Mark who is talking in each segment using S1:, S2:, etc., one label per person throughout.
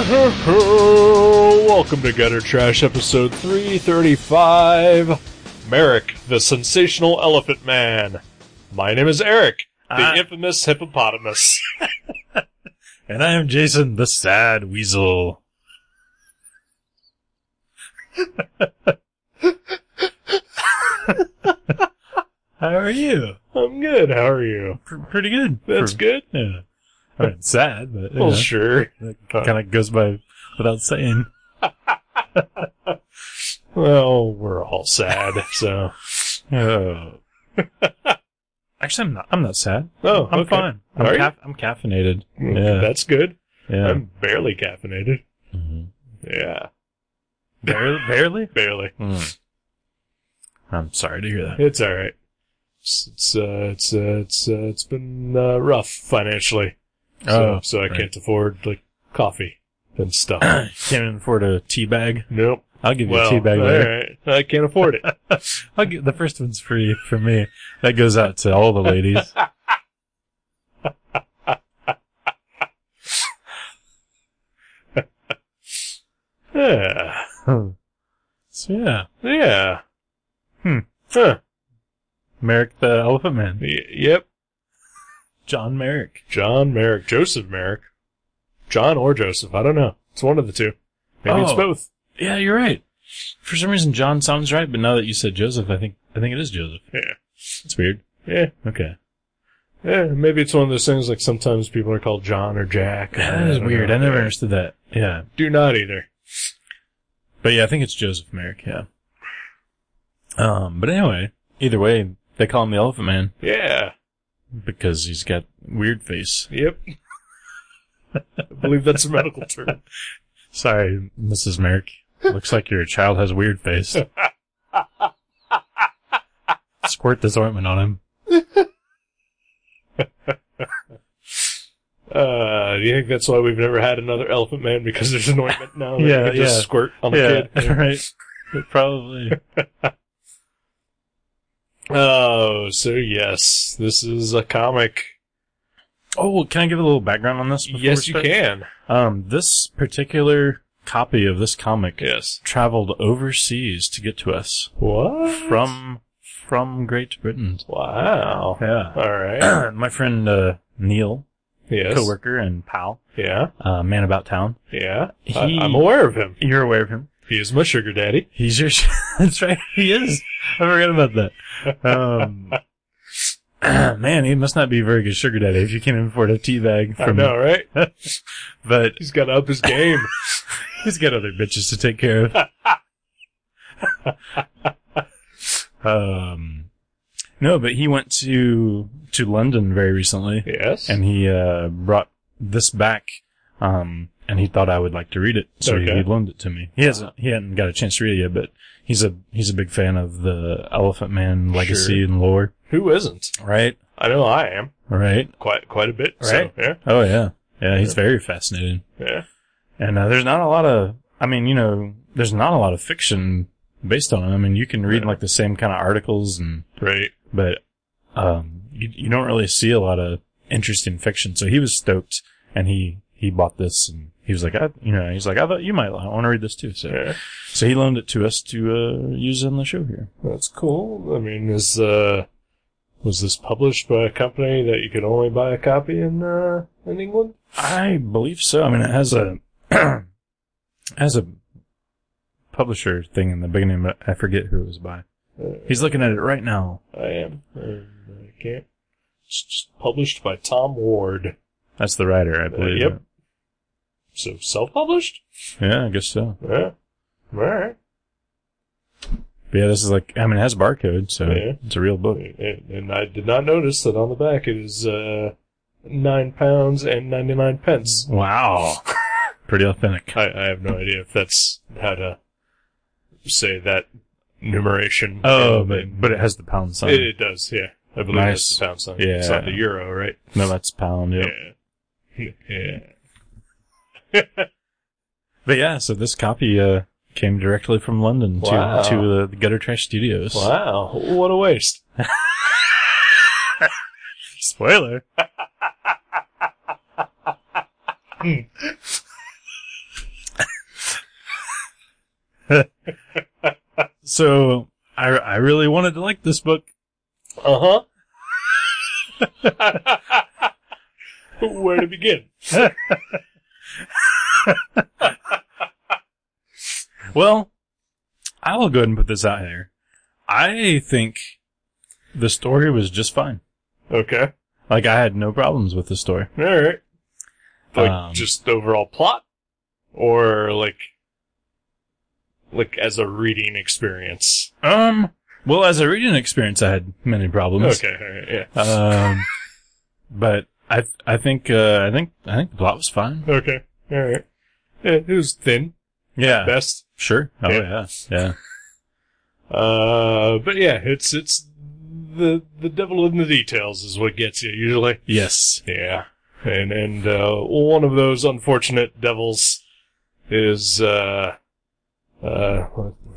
S1: Welcome to Gutter Trash, episode 335. Merrick, the sensational elephant man. My name is Eric, the
S2: Ah.
S1: infamous hippopotamus.
S2: And I am Jason, the sad weasel. How are you?
S1: I'm good, how are you?
S2: P- pretty good.
S1: That's
S2: For-
S1: good?
S2: Yeah. I mean, sad, but you
S1: Well, sure.
S2: kind of goes by without saying.
S1: Well, we're all sad, so.
S2: Oh. Actually, I'm not. I'm not sad.
S1: Oh,
S2: I'm
S1: okay.
S2: fine. I'm,
S1: Are you?
S2: ca- I'm caffeinated.
S1: Mm,
S2: Yeah.
S1: That's good.
S2: Yeah.
S1: I'm barely caffeinated.
S2: Mhm.
S1: Yeah,
S2: Barely. barely?
S1: barely.
S2: Mm. I'm sorry to hear that.
S1: It's alright. It's, it's, uh, it's, uh, it's, uh, it's been, uh, rough financially. So,
S2: Oh,
S1: so I
S2: right.
S1: can't afford like coffee and stuff.
S2: Can't even afford a tea bag.
S1: nope.
S2: I'll give you
S1: Well,
S2: a tea bag
S1: all
S2: later.
S1: right. I can't afford it.
S2: I'll get the first one's free for me. That goes out to all the ladies.
S1: yeah.
S2: so yeah,
S1: Yeah.
S2: Hmm.
S1: Huh.
S2: Merrick the Elephant Man,
S1: Y- yep.
S2: John Merrick.
S1: John Merrick, Joseph Merrick, John or Joseph. I don't know. It's one of the two. Maybe it's
S2: Oh.
S1: both.
S2: Yeah, you're right. For some reason, John sounds right, but now that you said Joseph, I think I think it is Joseph.
S1: Yeah.
S2: It's weird.
S1: Yeah.
S2: Okay,
S1: Yeah. Maybe it's one of those things like sometimes people are called John or Jack.
S2: that is
S1: don't
S2: weird.
S1: know.
S2: I never
S1: Yeah.
S2: understood that. Yeah,
S1: Do not either.
S2: but yeah, I think it's Joseph Merrick. Yeah. Um, but anyway, either way, they call him the Elephant Man
S1: Yeah.
S2: because he's got weird face.
S1: Yep. I believe that's a medical term.
S2: Sorry, Mrs. Merrick. Looks like your child has a weird face. Squirt this ointment on him.
S1: Uh, do you think that's why we've never had another Elephant Man because there's an ointment now? that
S2: Yeah,
S1: you can just
S2: yeah.
S1: squirt on the kid.
S2: right. Probably.
S1: Oh, so yes, this is a comic.
S2: Oh, can I give a little background on this? before
S1: yes,
S2: we
S1: you
S2: start?
S1: can.
S2: Um, this particular copy of this comic
S1: Yes.
S2: traveled overseas to get to us
S1: What?
S2: from from Great Britain.
S1: Wow.
S2: Yeah.
S1: All right.
S2: My friend uh, Neil,
S1: Yes.
S2: coworker and pal,
S1: Yeah.
S2: uh, man about town.
S1: Yeah.
S2: He-
S1: I, am aware of him.
S2: You're aware of him.
S1: He is my sugar daddy.
S2: He's your. That's right. He is. I forgot about that. Um, man, he must not be a very good sugar daddy if you can't even afford a tea bag.
S1: I know, right?
S2: But
S1: He's got to up his game.
S2: he's got other bitches to take care of. um, no, but he went to to London very recently,
S1: yes.
S2: and he uh, brought this back. Um, and he thought I would like to read it, so he,
S1: Okay.
S2: he loaned it to me. He hasn't he hadn't got a chance to read it yet, but he's a he's a big fan of the Elephant Man legacy
S1: Sure.
S2: and lore.
S1: Who isn't?
S2: Right.
S1: I know I am
S2: Right.
S1: quite quite a bit.
S2: Right.
S1: So, yeah.
S2: Oh yeah. Yeah, he's very fascinated.
S1: Yeah.
S2: And uh, there's not a lot of I mean, you know, there's not a lot of fiction based on him. I mean, you can read
S1: Right.
S2: like the same kind of articles and
S1: Right.
S2: but um you, you don't really see a lot of interesting fiction. So he was stoked and he he bought this and he was like, I, you know, he's like, I thought you might want to read this too. So
S1: Yeah.
S2: so he loaned it to us to uh use on the show here.
S1: That's cool. I mean, is uh, was this published by a company that you could only buy a copy in uh, in England?
S2: I believe so. I mean, it has a has a publisher thing in the beginning, but I forget who it was by.
S1: Uh,
S2: He's looking at it right now.
S1: I am. and I can't. It's just published by Tom Ward.
S2: That's the writer, I believe.
S1: yep. So self-published?
S2: Yeah, I guess so.
S1: Yeah. All right.
S2: But yeah, this is like I mean, it has a barcode, so
S1: Yeah.
S2: it's a real book.
S1: And, and I did not notice that on the back it is uh, nine pounds and ninety-nine pence.
S2: Wow, pretty authentic.
S1: I, I have no idea if that's how to say that numeration.
S2: Oh,
S1: in-
S2: but
S1: in-
S2: but it has the pound sign.
S1: It, it does, yeah. I believe
S2: Nice.
S1: that's the pound sign.
S2: Yeah.
S1: It's not the euro, right?
S2: no, that's pound. Yep.
S1: Yeah. yeah.
S2: But yeah, so this copy uh came directly from London
S1: Wow.
S2: to to uh, the Gutter Trash Studios.
S1: Wow. What a waste. Hmm.
S2: Spoiler. So I I really wanted to like this book.
S1: Uh huh. Where to begin?
S2: Well, I will go ahead and put this out here. I think the story was just fine.
S1: Okay.
S2: Like I had no problems with the story.
S1: All right. Like
S2: Um,
S1: just the overall plot, or like, like as a reading experience.
S2: Um, well, as a reading experience, I had many problems.
S1: Okay. All right. Yeah.
S2: Um, but I I think uh, I think I think the plot was fine.
S1: Okay. All right. Yeah, it was thin,
S2: Yeah.
S1: best.
S2: Sure. Oh yeah.
S1: Yeah.
S2: Yeah.
S1: Uh, but yeah, it's it's the the devil in the details is what gets you usually.
S2: Yes.
S1: Yeah, and and uh, one of those unfortunate devils is uh, uh,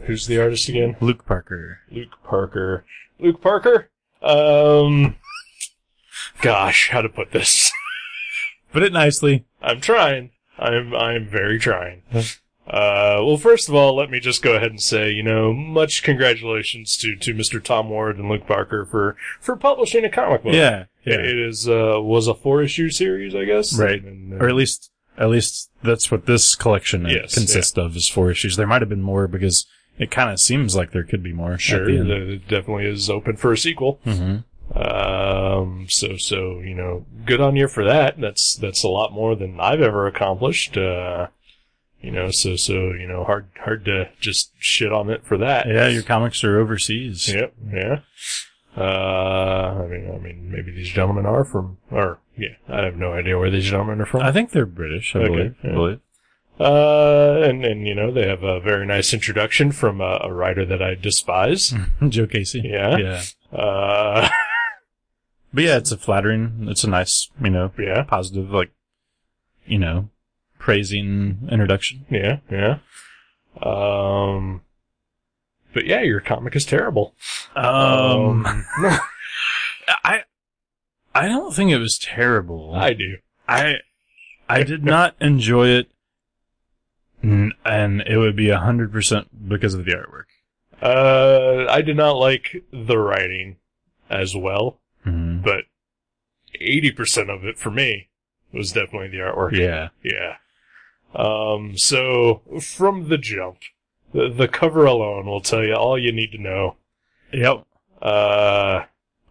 S1: who's the artist again?
S2: Luke Parker.
S1: Luke Parker. Luke Parker. Um, gosh, how to put this?
S2: Put it nicely.
S1: I'm trying. I'm I'm very trying. Uh, well, first of all, let me just go ahead and say, you know, much congratulations to, to Mr. Tom Ward and Luke Parker for, for publishing a comic book.
S2: yeah. Yeah.
S1: It, it is, uh, was a four issue series, I guess.
S2: Right.
S1: And, uh,
S2: or at least at least that's what this collection uh,
S1: Yes,
S2: consists of is four issues. There might have been more because it kind of seems like there could be more.
S1: Sure, the- it definitely is open for a sequel.
S2: hmm
S1: Um, so so you know, good on you for that. That's that's a lot more than I've ever accomplished. Uh, you know, so so you know, hard hard to just shit on it for that.
S2: Yeah, your comics are overseas.
S1: Yep. Yeah. Uh, I mean, I mean, maybe these gentlemen are from, or yeah, I have no idea where these gentlemen are from.
S2: I think they're British. I
S1: Okay,
S2: believe. I
S1: yeah.
S2: believe.
S1: Uh, and and you know, they have a very nice introduction from a, a writer that I
S2: Hmm.
S1: despise.
S2: Joe Casey.
S1: Yeah.
S2: Yeah.
S1: Uh,
S2: But yeah, it's a flattering. It's a nice, you know,
S1: yeah,
S2: positive, like, you know, praising introduction.
S1: yeah, yeah. Um, but yeah, your comic is terrible.
S2: Um,
S1: no,
S2: I, I don't think it was terrible.
S1: I do.
S2: I, I did not enjoy it, n- and it would be a hundred percent because of the artwork.
S1: Uh, I did not like the writing as well,
S2: Mm-hmm.
S1: but 80% of it for me was definitely the artwork.
S2: Yeah.
S1: Yeah. Um, so from the jump, the, the cover alone will tell you all you need to know.
S2: Yep.
S1: Uh,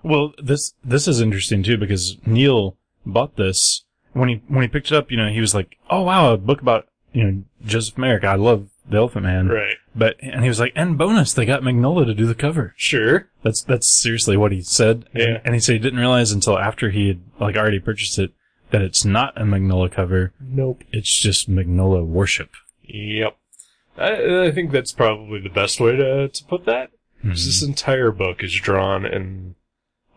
S2: Well, this this is interesting too because Neil bought this when he when he picked it up. You know, he was like, "Oh wow, a book about you know Joseph Merrick. I love the Elephant Man."
S1: right.
S2: But and he was like, "And bonus, they got Magnola to do the cover."
S1: Sure.
S2: That's that's seriously what he said. And-
S1: Yeah.
S2: And, he said he didn't realize until after he had like already purchased it that it's not a Magnola cover.
S1: Nope.
S2: It's just Magnola worship.
S1: Yep. I, I think that's probably the best way to, to put that.
S2: Hmm.
S1: This
S2: Mm-hmm.
S1: entire book is drawn in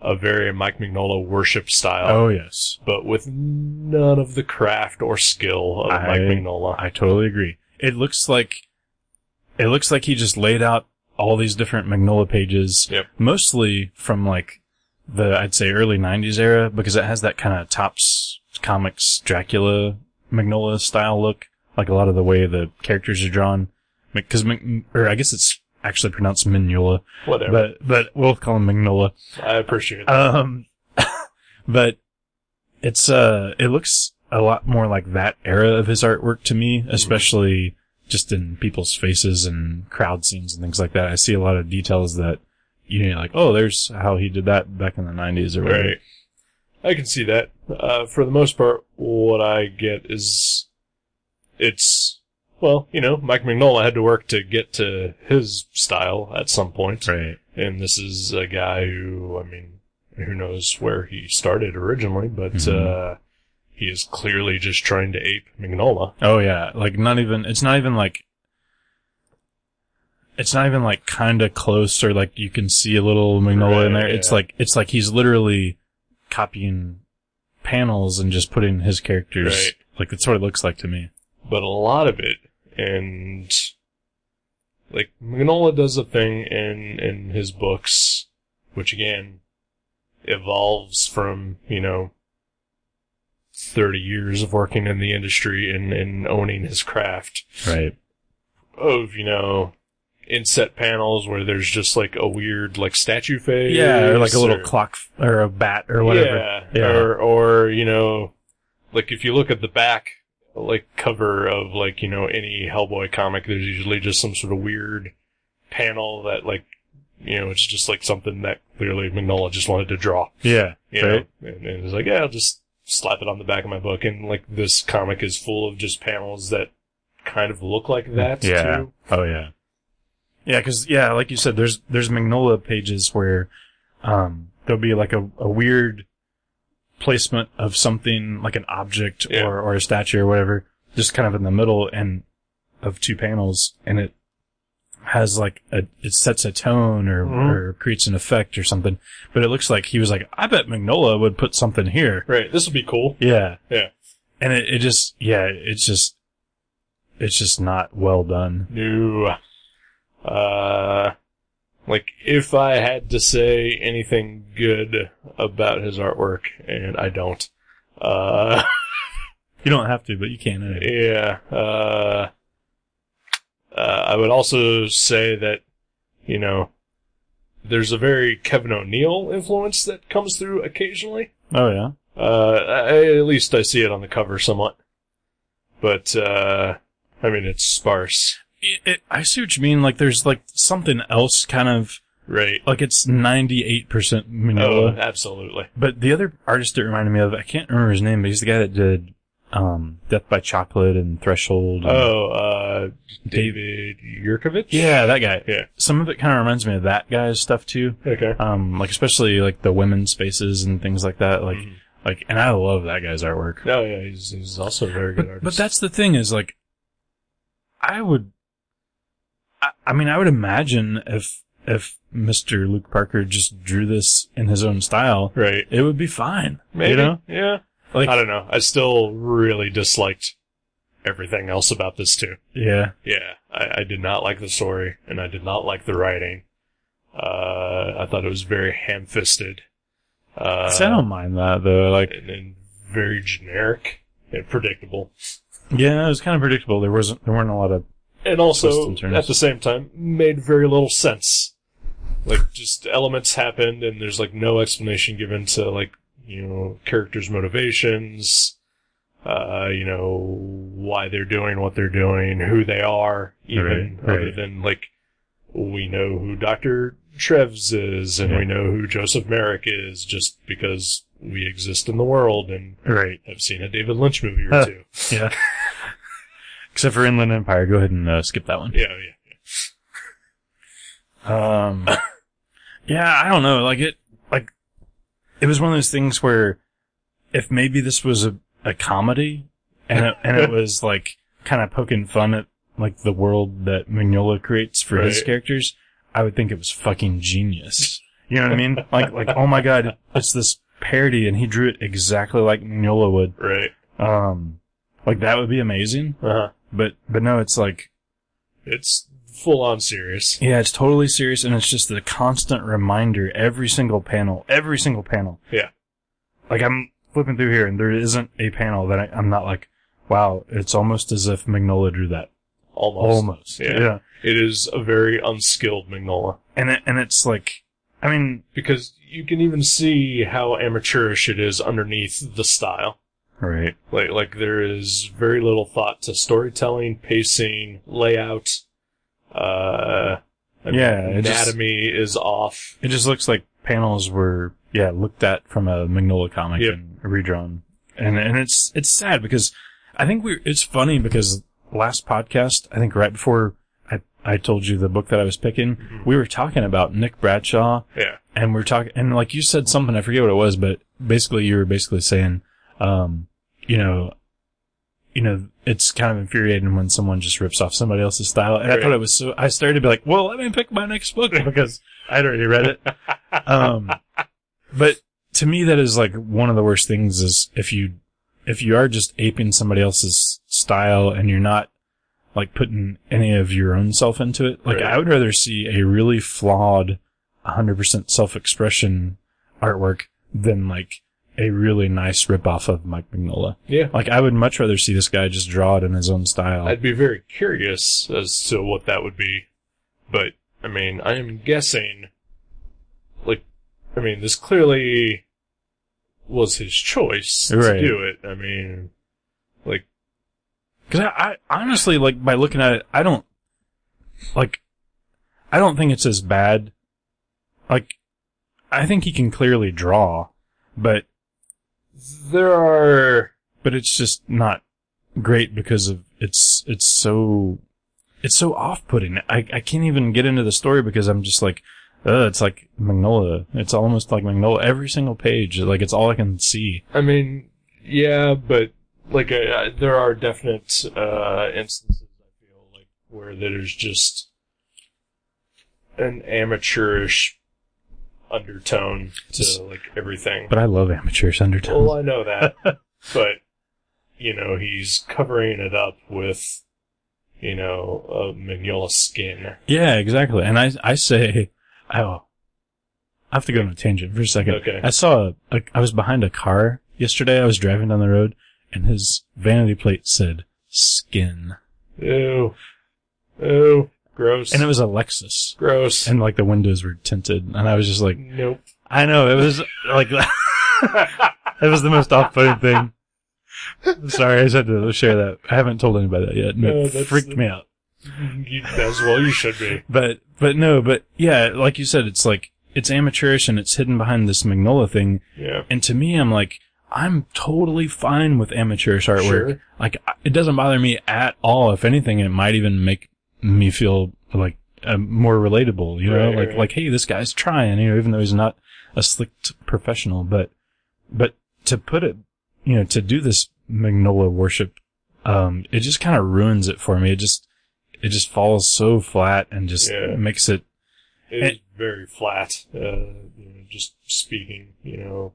S1: a very Mike Mignola worship style.
S2: Oh yes,
S1: but with none of the craft or skill of
S2: I-
S1: Mike Mignola.
S2: I totally agree. It looks like it looks like he just laid out all these different Magnola pages,
S1: Yep.
S2: mostly from like the I'd say early '90s era because it has that kind of tops comics Dracula Magnola style look, like a lot of the way the characters are drawn. Because or I guess it's actually pronounced Mignola,
S1: Whatever.
S2: but but we'll call him Magnola.
S1: I appreciate that.
S2: Um, but it's uh, it looks a lot more like that era of his artwork to me, especially just in people's faces and crowd scenes and things like that. I see a lot of details that you know, like oh, there's how he did that back in the '90s or whatever.
S1: right. I can see that. Uh, for the most part, what I get is it's well, you know, Mike Mignola had to work to get to his style at some point,
S2: Right.
S1: and this is a guy who, I mean, who knows where he started originally, but
S2: Mhm.
S1: uh, he is clearly just trying to ape Mignola.
S2: Oh yeah, like not even it's not even like it's not even like kind of close or like you can see a little Magnola in there.
S1: Right,
S2: It's
S1: yeah.
S2: like it's like he's literally copying panels and just putting his characters.
S1: Right.
S2: Like that's what it looks like to me.
S1: but a lot of it, and like Magnola does a thing in in his books, which again evolves from you know thirty years of working in the industry and and owning his craft
S2: Right.
S1: of you know in set panels where there's just like a weird like statue face.
S2: Yeah, or like a little
S1: or-
S2: clock f- or a bat or whatever.
S1: Yeah,
S2: Yeah.
S1: Or or you know, like if you look at the back like cover of like you know any Hellboy comic, there's usually just some sort of weird panel that like you know it's just like something that clearly McNulty just wanted to draw.
S2: Yeah.
S1: You
S2: Right.
S1: know, and, and it's like yeah, I'll just slap it on the back of my book, and like this comic is full of just panels that kind of look like that
S2: Yeah.
S1: too.
S2: Oh yeah. Yeah, because yeah, like you said, there's there's Magnolia pages where um there'll be like a, a weird placement of something like an object
S1: Yeah.
S2: or, or a statue or whatever, just kind of in the middle and of two panels, and it has like a it sets a tone or,
S1: Mhm.
S2: or creates an effect or something. But it looks like he was like, I bet Magnolia would put something here.
S1: Right. This would be cool.
S2: Yeah.
S1: Yeah.
S2: And it, it just, yeah, it's just, it's just not well done.
S1: No. Uh, like, if I had to say anything good about his artwork, and I don't, uh,
S2: You don't have to, but you can. Anyway.
S1: yeah, uh, uh, I would also say that, you know, there's a very Kevin O'Neill influence that comes through occasionally.
S2: Oh yeah.
S1: Uh, I, at least I see it on the cover somewhat. But, uh, I mean, it's sparse,
S2: It, it, I see what you mean. Like there's like something else kind of,
S1: right?
S2: like it's 98%
S1: Oh,
S2: Manola.
S1: absolutely.
S2: But the other artist it reminded me of, I can't remember his name, but he's the guy that did, um, Death by Chocolate and Threshold. and-
S1: Oh, uh, David Yurkovich?
S2: Mm-hmm. Yeah, that guy.
S1: Yeah.
S2: Some of it kind of reminds me of that guy's stuff too.
S1: Okay.
S2: Um, like especially like the women's faces and things like that. Like,
S1: Mhm.
S2: like, and I love that guy's artwork.
S1: No, Oh, yeah, he's, he's also a very good
S2: but,
S1: artist.
S2: but that's the thing is like, I would, I, I mean, I would imagine if, if Mr. Luke Parker just drew this in his own style,
S1: right.
S2: it would be fine.
S1: Maybe.
S2: You know?
S1: Yeah.
S2: Like-
S1: I don't know. I still really disliked everything else about this too.
S2: Yeah.
S1: Yeah. I, I did not like the story and I did not like the writing. Uh, I thought it was very ham fisted. Uh,
S2: See, I don't mind that though. Like,
S1: and, and very generic and predictable.
S2: yeah, it was kind of predictable. There wasn't, there weren't a lot of,
S1: and
S2: Twists
S1: also
S2: and turns.
S1: at the same time made very little sense. Like just elements happened, and there's like no explanation given to like you know characters' motivations, uh, you know why they're doing what they're doing, who they are, even
S2: Right, right.
S1: other than like we know who Doctor Trevs is, and
S2: Yeah.
S1: we know who Joseph Merrick is, just because we exist in the world and
S2: right.
S1: have seen a David Lynch movie or two.
S2: Yeah. Except for Inland Empire. Go ahead and uh, skip that one.
S1: Yeah, yeah.
S2: Um, yeah, I don't know. Like it, like it was one of those things where if maybe this was a, a comedy and it, and it was like kind of poking fun at like the world that Mignola creates for his
S1: Right.
S2: characters, I would think it was fucking genius. You know what I mean? Like, like, oh my god, it's this parody and he drew it exactly like Mignola would.
S1: Right.
S2: Um, like that would be amazing,
S1: Uh huh.
S2: but, but no, it's like,
S1: It's full on serious.
S2: Yeah, it's totally serious, and it's just a constant reminder every single panel, every single panel.
S1: Yeah.
S2: Like I'm flipping through here, and there isn't a panel that I, I'm not like, wow, it's almost as if Magnolia drew that.
S1: Almost.
S2: Almost.
S1: Yeah. It is a very unskilled Magnola.
S2: And it, and it's like, I mean,
S1: Because you can even see how amateurish it is underneath the style.
S2: right.
S1: Like, like there is very little thought to storytelling, pacing, layout, uh, I mean,
S2: Yeah, it just-
S1: anatomy is off.
S2: It just looks like panels were, yeah, looked at from a Magnolia comic
S1: Yep.
S2: and redrawn. And, and it's, it's sad because I think we, it's funny because last podcast, I think right before I, I told you the book that I was picking,
S1: Mhm.
S2: we were talking about Nick Bradshaw
S1: Yeah.
S2: and we're talking, and like you said something, I forget what it was, but basically you were basically saying, um, you know, you know, it's kind of infuriating when someone just rips off somebody else's style. And I
S1: Right.
S2: thought it was so, I started to be like, well, let me pick my next book because I'd already read it. Um, but to me, that is like one of the worst things is if you, if you are just aping somebody else's style and you're not like putting any of your own self into it, like
S1: Right.
S2: I would rather see a really flawed 100% self-expression artwork than like a really nice ripoff of Mike Mignola.
S1: Yeah.
S2: Like I would much rather see this guy just draw it in his own style.
S1: I'd be very curious as to what that would be. But, I mean, I am guessing, like, I mean, this clearly was his choice
S2: Right.
S1: to do it. I mean, like,
S2: Cause I, I honestly, like, by looking at it, I don't, like, I don't think it's as bad. Like, I think he can clearly draw, but,
S1: there are,
S2: but it's just not great because of, it's, it's so, it's so off-putting. I, I can't even get into the story because I'm just like, uh, it's like Magnolia. It's almost like Magnolia. Every single page, like, it's all I can see.
S1: I mean, yeah, but like uh, there are definite uh, instances I feel like where there's just an amateurish undertone
S2: Just-
S1: to like everything.
S2: But I love amateurish undertones.
S1: Well, I know that, but you know he's covering it up with you know a mignola skin.
S2: Yeah, exactly. And I, I say, oh, I have to go on a tangent for a second.
S1: Okay.
S2: I saw, a, a, I was behind a car yesterday. I was driving down the road and his vanity plate said skin
S1: Ew, ew, gross.
S2: and it was a Lexus
S1: gross.
S2: and like the windows were tinted. And I was just like,
S1: nope.
S2: I know it was like, it was the most off putting thing. I'm sorry. I just had to share that. I haven't told anybody that yet. and
S1: No,
S2: it
S1: that's-
S2: freaked me out.
S1: you, as well, you should be.
S2: But but no, but yeah, like you said, it's like it's amateurish and it's hidden behind this Magnolia thing.
S1: Yeah.
S2: And to me, I'm like, I'm totally fine with amateurish artwork.
S1: Sure.
S2: Like I- it doesn't bother me at all. If anything, it might even make me feel like uh, more relatable. You know,
S1: Right,
S2: like
S1: right.
S2: like hey, this guy's trying. You know, even though he's not a slick t- professional, but but to put it, you know, to do this Magnolia worship, um, it just kind of ruins it for me. It just it just falls so flat and just
S1: Yeah.
S2: makes it
S1: It
S2: And-
S1: is very flat. Uh, you know, just speaking, you know.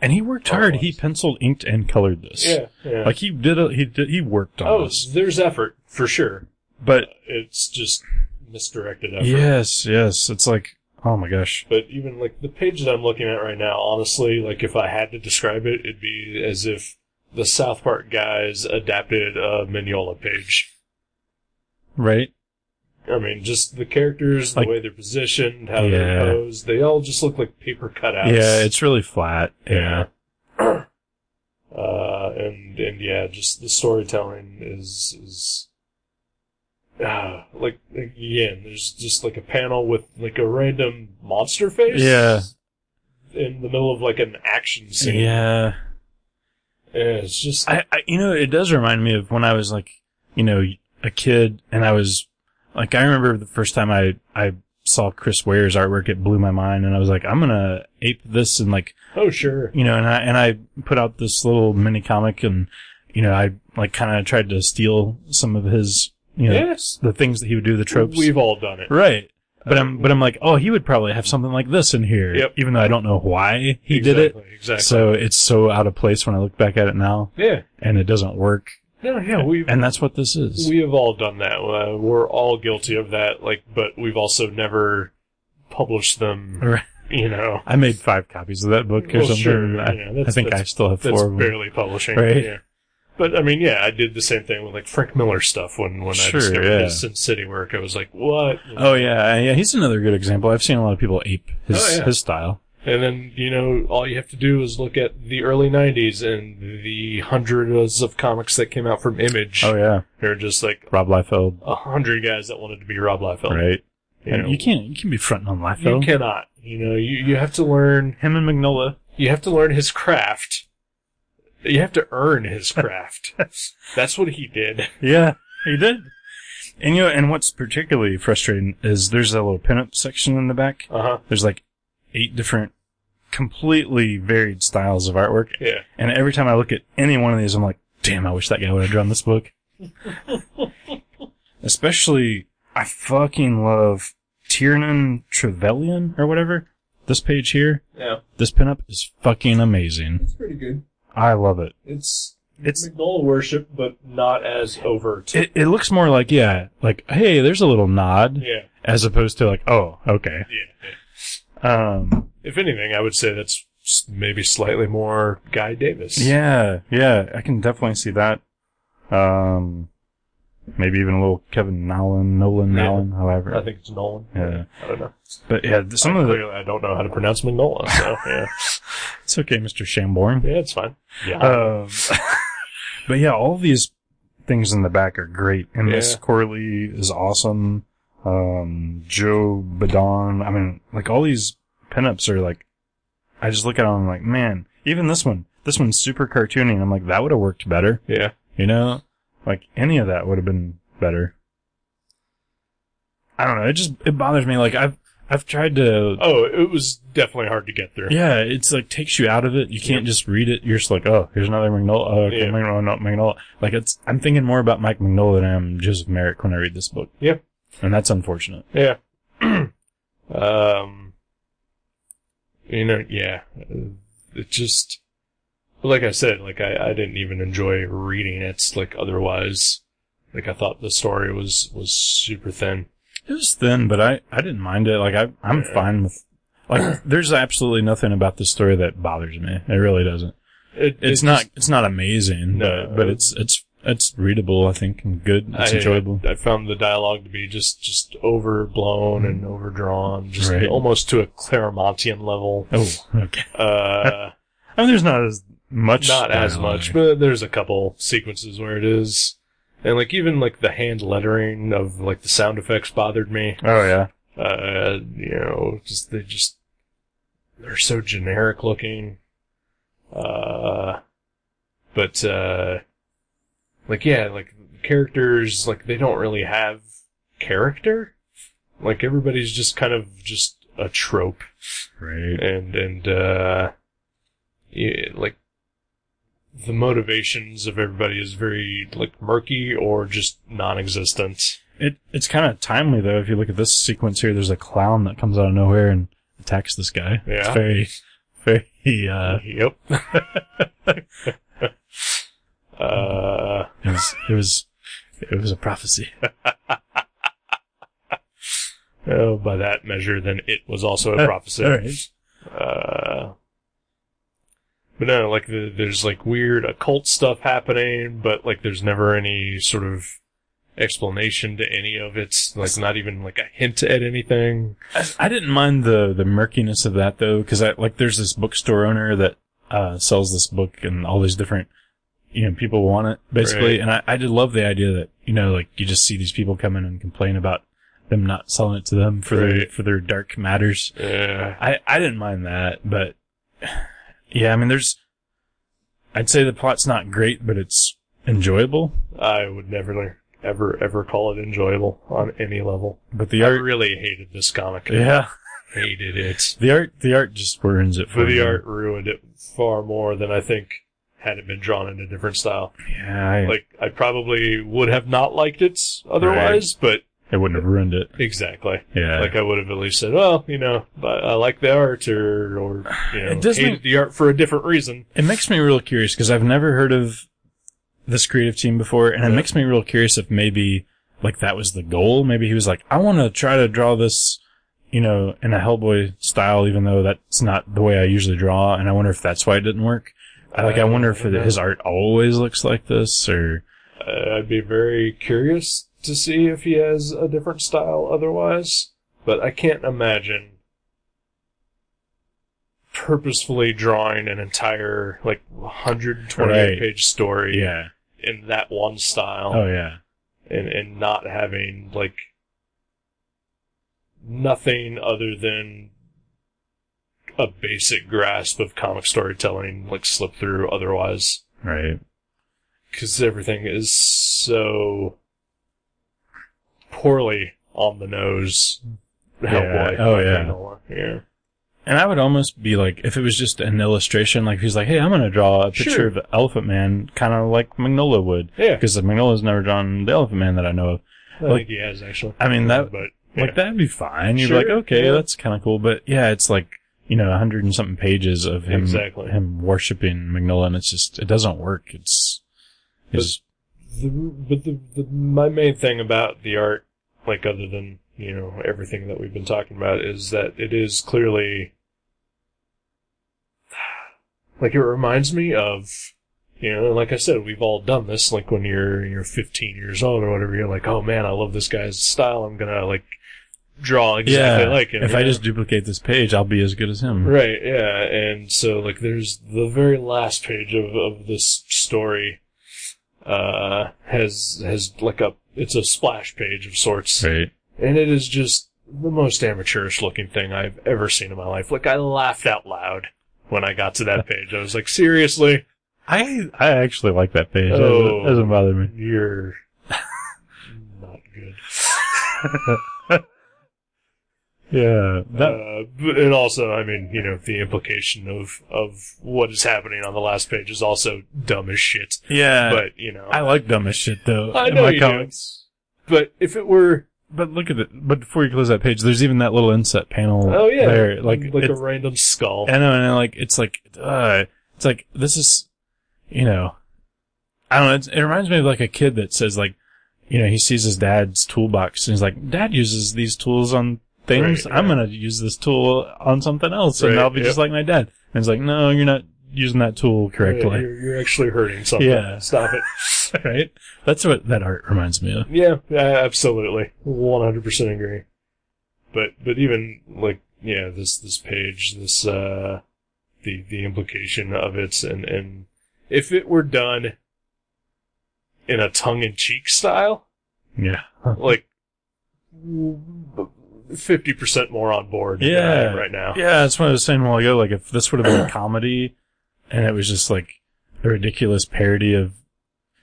S2: And he worked
S1: Art
S2: hard.
S1: wise.
S2: He penciled, inked, and colored this.
S1: Yeah, yeah.
S2: Like he did. A, he did. He worked on
S1: oh,
S2: this.
S1: there's effort for sure.
S2: But
S1: It's just misdirected effort.
S2: yes, yes. It's like oh my gosh.
S1: But even like the page that I'm looking at right now, honestly, like if I had to describe it, it'd be as if the South Park guys adapted a Mignola page.
S2: Right.
S1: I mean, just the characters,
S2: Like-
S1: the way they're positioned, how
S2: Yeah.
S1: they're posed, they all just look like paper cutouts.
S2: Yeah. It's really flat. Yeah.
S1: uh, and and yeah, just the storytelling is is uh, like again, there's just like a panel with like a random monster face.
S2: Yeah.
S1: In the middle of like an action scene.
S2: Yeah.
S1: Yeah, it's just
S2: I, I. You know, it does remind me of when I was like, you know, a kid, and I was like, I remember the first time I I saw Chris Ware's artwork. It blew my mind, and I was like, I'm gonna ape this and like
S1: oh sure.
S2: you know, and I and I put out this little mini comic, and you know, I like kind of tried to steal some of his, you know,
S1: yes.
S2: the things that he would do, the tropes,
S1: We've all done it.
S2: right? But I'm but I'm like, oh, he would probably have something like this in here,
S1: Uh, Yep.
S2: even though I don't know why he did it.
S1: Exactly, Exactly.
S2: So it's so out of place when I look back at it now,
S1: yeah.
S2: and it doesn't work.
S1: No, yeah, we've
S2: And that's what this is.
S1: We have all done that. Uh, we're all guilty of that. Like, but we've also never published them.
S2: Right.
S1: You know,
S2: I made five copies of that book or
S1: Well,
S2: something.
S1: sure,
S2: and I,
S1: yeah,
S2: I
S1: that's-
S2: think I
S1: that's-
S2: still have
S1: that's
S2: four of them.
S1: barely publishing.
S2: Right.
S1: Yeah. But I mean, yeah, I did the same thing with like Frank Miller stuff when when I
S2: Sure,
S1: discovered
S2: yeah.
S1: his Sin City work. I was like, what?
S2: Oh yeah, yeah. He's another good example. I've seen a lot of people ape his
S1: Oh, yeah.
S2: his style.
S1: And then you know, all you have to do is look at the early '90s and the hundreds of comics that came out from Image.
S2: Oh yeah,
S1: They're just like
S2: Rob Liefeld.
S1: a hundred guys that wanted to be Rob Liefeld.
S2: Right.
S1: You,
S2: And
S1: know,
S2: you can't you can be fronting on life
S1: You
S2: though.
S1: cannot. You know, you you have to learn.
S2: Him and Magnolia.
S1: you have to learn his craft. You have to earn his craft. That's what he did.
S2: Yeah, he did. And you know, and what's particularly frustrating is there's a little pinup section in the back.
S1: Uh huh.
S2: There's like eight different completely varied styles of artwork.
S1: Yeah.
S2: And every time I look at any one of these I'm like, damn, I wish that guy would have drawn this book. Especially I fucking love Tiernan Trevelyan or whatever. This page here,
S1: Yeah.
S2: this pinup is fucking amazing.
S1: It's pretty good.
S2: I love it.
S1: It's
S2: It's-
S1: McNoll worship, but not as overt.
S2: it, it looks more like yeah, like hey, there's a little nod
S1: yeah.
S2: as opposed to like oh okay.
S1: Yeah.
S2: Um,
S1: If anything, I would say that's s- maybe slightly more Guy Davis.
S2: yeah, yeah, I can definitely see that. Um, Maybe even a little Kevin Nolan, Nolan,
S1: Yeah.
S2: Nolan, however.
S1: I think it's Nolan.
S2: Yeah.
S1: I don't know.
S2: But yeah, some of the,
S1: Clearly, I don't know how to pronounce Magnola, so yeah.
S2: it's okay, Mr. Shamborn.
S1: Yeah, it's fine. Yeah.
S2: Um, but yeah, all these things in the back are great. And this
S1: Yeah.
S2: Corley is awesome. Um, Joe Badon. I mean, like all these pinups are like, I just look at them I'm like, man, even this one, this one's super cartoony. And I'm like, that would have worked better.
S1: yeah.
S2: You know, like any of that would have been better. I don't know. It just, it bothers me. Like I've, I've tried to
S1: Oh, it was definitely hard to get through.
S2: yeah, it's like takes you out of it. You can't
S1: Yeah.
S2: just read it. You're just like, oh, here's another Magnola. Oh, okay,
S1: Yeah.
S2: Magnola, not Magnola. Like it's, I'm thinking more about Mike Magnola than I am Joseph Merrick when I read this book.
S1: Yeah.
S2: And that's unfortunate.
S1: Yeah. um, you know, yeah. It just, like I said, like I, I didn't even enjoy reading it. Like otherwise, like I thought the story was, was super thin.
S2: It was thin, but I, I didn't mind it. Like I, I'm
S1: Yeah.
S2: fine with, like there's absolutely nothing about the story that bothers me. It really doesn't.
S1: It,
S2: It's
S1: it
S2: not,
S1: just-
S2: it's not amazing,
S1: No.
S2: but, but it's, it's, it's readable, I think, and good. It's
S1: I-
S2: enjoyable.
S1: I, found the dialogue to be just, just overblown and overdrawn, just
S2: Right.
S1: almost to a Claremontian level.
S2: Oh, okay.
S1: Uh,
S2: I mean, there's not as much.
S1: not as
S2: dialogue.
S1: much, but there's a couple sequences where it is. And like even like the hand lettering of like the sound effects bothered me.
S2: Oh yeah.
S1: Uh, you know, just they just they're so generic looking. Uh, but uh, like yeah, like characters like they don't really have character. Like everybody's just kind of just a trope
S2: Right.
S1: and and uh yeah, like the motivations of everybody is very like murky or just non-existent
S2: It it's kind of timely though. If you look at this sequence here, there's a clown that comes out of nowhere and attacks this guy.
S1: Yeah.
S2: it's very, very. Uh,
S1: yep uh
S2: it was it was it was a prophecy.
S1: oh, by that measure then it was also a prophecy
S2: All right.
S1: uh but no like the, there's like weird occult stuff happening but like there's never any sort of explanation to any of it like not even like a hint at anything
S2: I, I didn't mind the the murkiness of that though, because I like there's this bookstore owner that uh sells this book and all these different. You know, people want it basically,
S1: Right.
S2: and I, I did love the idea that you know, like you just see these people come in and complain about them not selling it to them for their
S1: Right.
S2: for their dark matters.
S1: Yeah.
S2: I, I didn't mind that, but yeah, I mean, there's, I'd say the plot's not great, but it's enjoyable.
S1: I would never, ever, ever call it enjoyable on any level.
S2: But the
S1: I
S2: art,
S1: really hated this comic.
S2: yeah,
S1: Hated it.
S2: the art, the art just ruins it for
S1: But the
S2: me.
S1: art ruined it far more than I think had it been drawn in a different style.
S2: Yeah, I,
S1: Like, I probably would have not liked it otherwise,
S2: it wouldn't have ruined it.
S1: but exactly.
S2: Yeah,
S1: Like, I would have at least said, well, you know, but I like the art or, or, you know,
S2: It doesn't-
S1: hated the art for a different reason.
S2: it makes me real curious because I've never heard of this creative team before, and it
S1: Yeah.
S2: makes me real curious if maybe like that was the goal. Maybe he was like, I want to try to draw this, you know, in a Hellboy style, even though that's not the way I usually draw, and I wonder if that's why it didn't work. I, like, I wonder if
S1: don't know.
S2: his art always looks like this, or
S1: Uh, I'd be very curious to see if he has a different style otherwise, but I can't imagine purposefully drawing an entire like 128
S2: Right.
S1: page story
S2: yeah,
S1: in that one style
S2: oh yeah,
S1: and and not having like nothing other than a basic grasp of comic storytelling like slip through otherwise
S2: right,
S1: because everything is so poorly on the nose. Hellboy.
S2: Oh, yeah.
S1: Nolan, Yeah.
S2: and I would almost be like, if it was just an illustration, like if he's like, hey, I'm gonna draw a picture
S1: Sure.
S2: of the Elephant Man, kind of like Magnolia would,
S1: Yeah.
S2: because Magnolia's never drawn the Elephant Man that I know of.
S1: I
S2: like-
S1: think he has actually.
S2: I mean, that-
S1: but
S2: Like that'd be fine. You're
S1: Sure,
S2: like, okay,
S1: yeah.
S2: that's kind of cool. But yeah, it's like you know, a hundred and something pages of him
S1: Exactly.
S2: him worshiping Magnolia, and it's just it doesn't work. It's it's
S1: the, but the, the my main thing about the art, like other than you know everything that we've been talking about, is that it is clearly like it reminds me of You know, and like I said, we've all done this. Like when you're you're 15 years old or whatever, you're like, oh man, I love this guy's style. I'm gonna like draw exactly
S2: yeah.
S1: like him.
S2: if
S1: you
S2: I
S1: know?
S2: just duplicate this page, I'll be as good as him.
S1: Right, yeah, and so like there's the very last page of, of this story uh has has like a it's a splash page of sorts.
S2: Right.
S1: And it is just the most amateurish looking thing I've ever seen in my life. Like I laughed out loud when I got to that page. I was like, seriously?
S2: I I actually like that page. It
S1: Oh.
S2: doesn't, doesn't bother me.
S1: You're not good.
S2: Yeah. That,
S1: uh, but- and also, I mean, you know, the implication of, of what is happening on the last page is also dumb as shit.
S2: yeah. But
S1: But, you know.
S2: Uh, I like dumb as shit though.
S1: I
S2: in
S1: know
S2: my
S1: you
S2: comics.
S1: do. But if it were,
S2: But look at it. But before you close that page, there's even that little inset panel.
S1: oh yeah,
S2: there. like
S1: like
S2: it-
S1: a random skull.
S2: I know, and I like it's like uh, it's like this is, you know, I don't know. It's, it reminds me of like a kid that says like, you know, he sees his dad's toolbox and he's like, Dad uses these tools on things.
S1: Right,
S2: I'm
S1: yeah.
S2: gonna use this tool on something else, and
S1: Right,
S2: I'll be
S1: yep.
S2: just like my dad. And it's like, No, you're not using that tool
S1: Yeah,
S2: correctly,
S1: you're, you're actually hurting something.
S2: Yeah.
S1: Stop it.
S2: right? That's what that art reminds me of.
S1: Yeah, yeah, absolutely, one hundred percent agree. But but even like yeah, this this page, this uh, the the implication of it, and and if it were done in a tongue in cheek style,
S2: Yeah,
S1: like fifty percent more on board. than I am
S2: Yeah.
S1: right now.
S2: yeah. That's what I was saying a while ago. Like if this would have been a comedy, and it was just like a ridiculous parody of,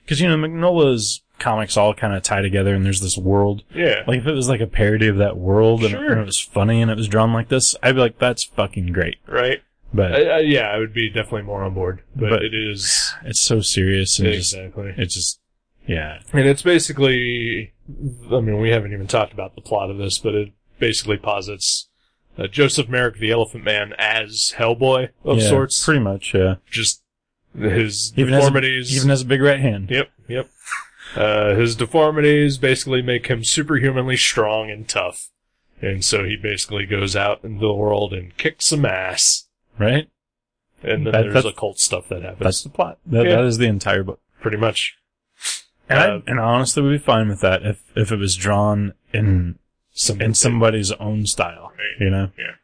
S2: because you know Magnola's comics all kind of tie together, and there's this world.
S1: yeah.
S2: Like if it was like a parody of that world, and,
S1: Sure.
S2: and it was funny, and it was drawn like this, I'd be like, that's fucking great.
S1: right.
S2: But
S1: I, I, yeah, I would be definitely more on board, but,
S2: Uh, But-
S1: it is
S2: it's so serious, and just
S1: exactly.
S2: it's just yeah,
S1: And it's basically, I mean, we haven't even talked about the plot of this, but it basically posits uh, Joseph Merrick, the Elephant Man, as Hellboy of
S2: Yeah,
S1: sorts.
S2: pretty much. Yeah,
S1: Just his
S2: even has a,
S1: deformities.
S2: even has a big right hand.
S1: yep, yep. Uh, his deformities basically make him superhumanly strong and tough. And so he basically goes out into the world and kicks some ass.
S2: Right,
S1: And then
S2: That-
S1: there's
S2: that's-
S1: occult stuff that happens.
S2: that's the plot. That,
S1: Yeah.
S2: that is the entire book.
S1: Pretty much.
S2: And,
S1: Uh,
S2: I, and I honestly would be fine with that if, if it was drawn in
S1: Some
S2: in somebody's own style,
S1: Right.
S2: you know.
S1: Yeah.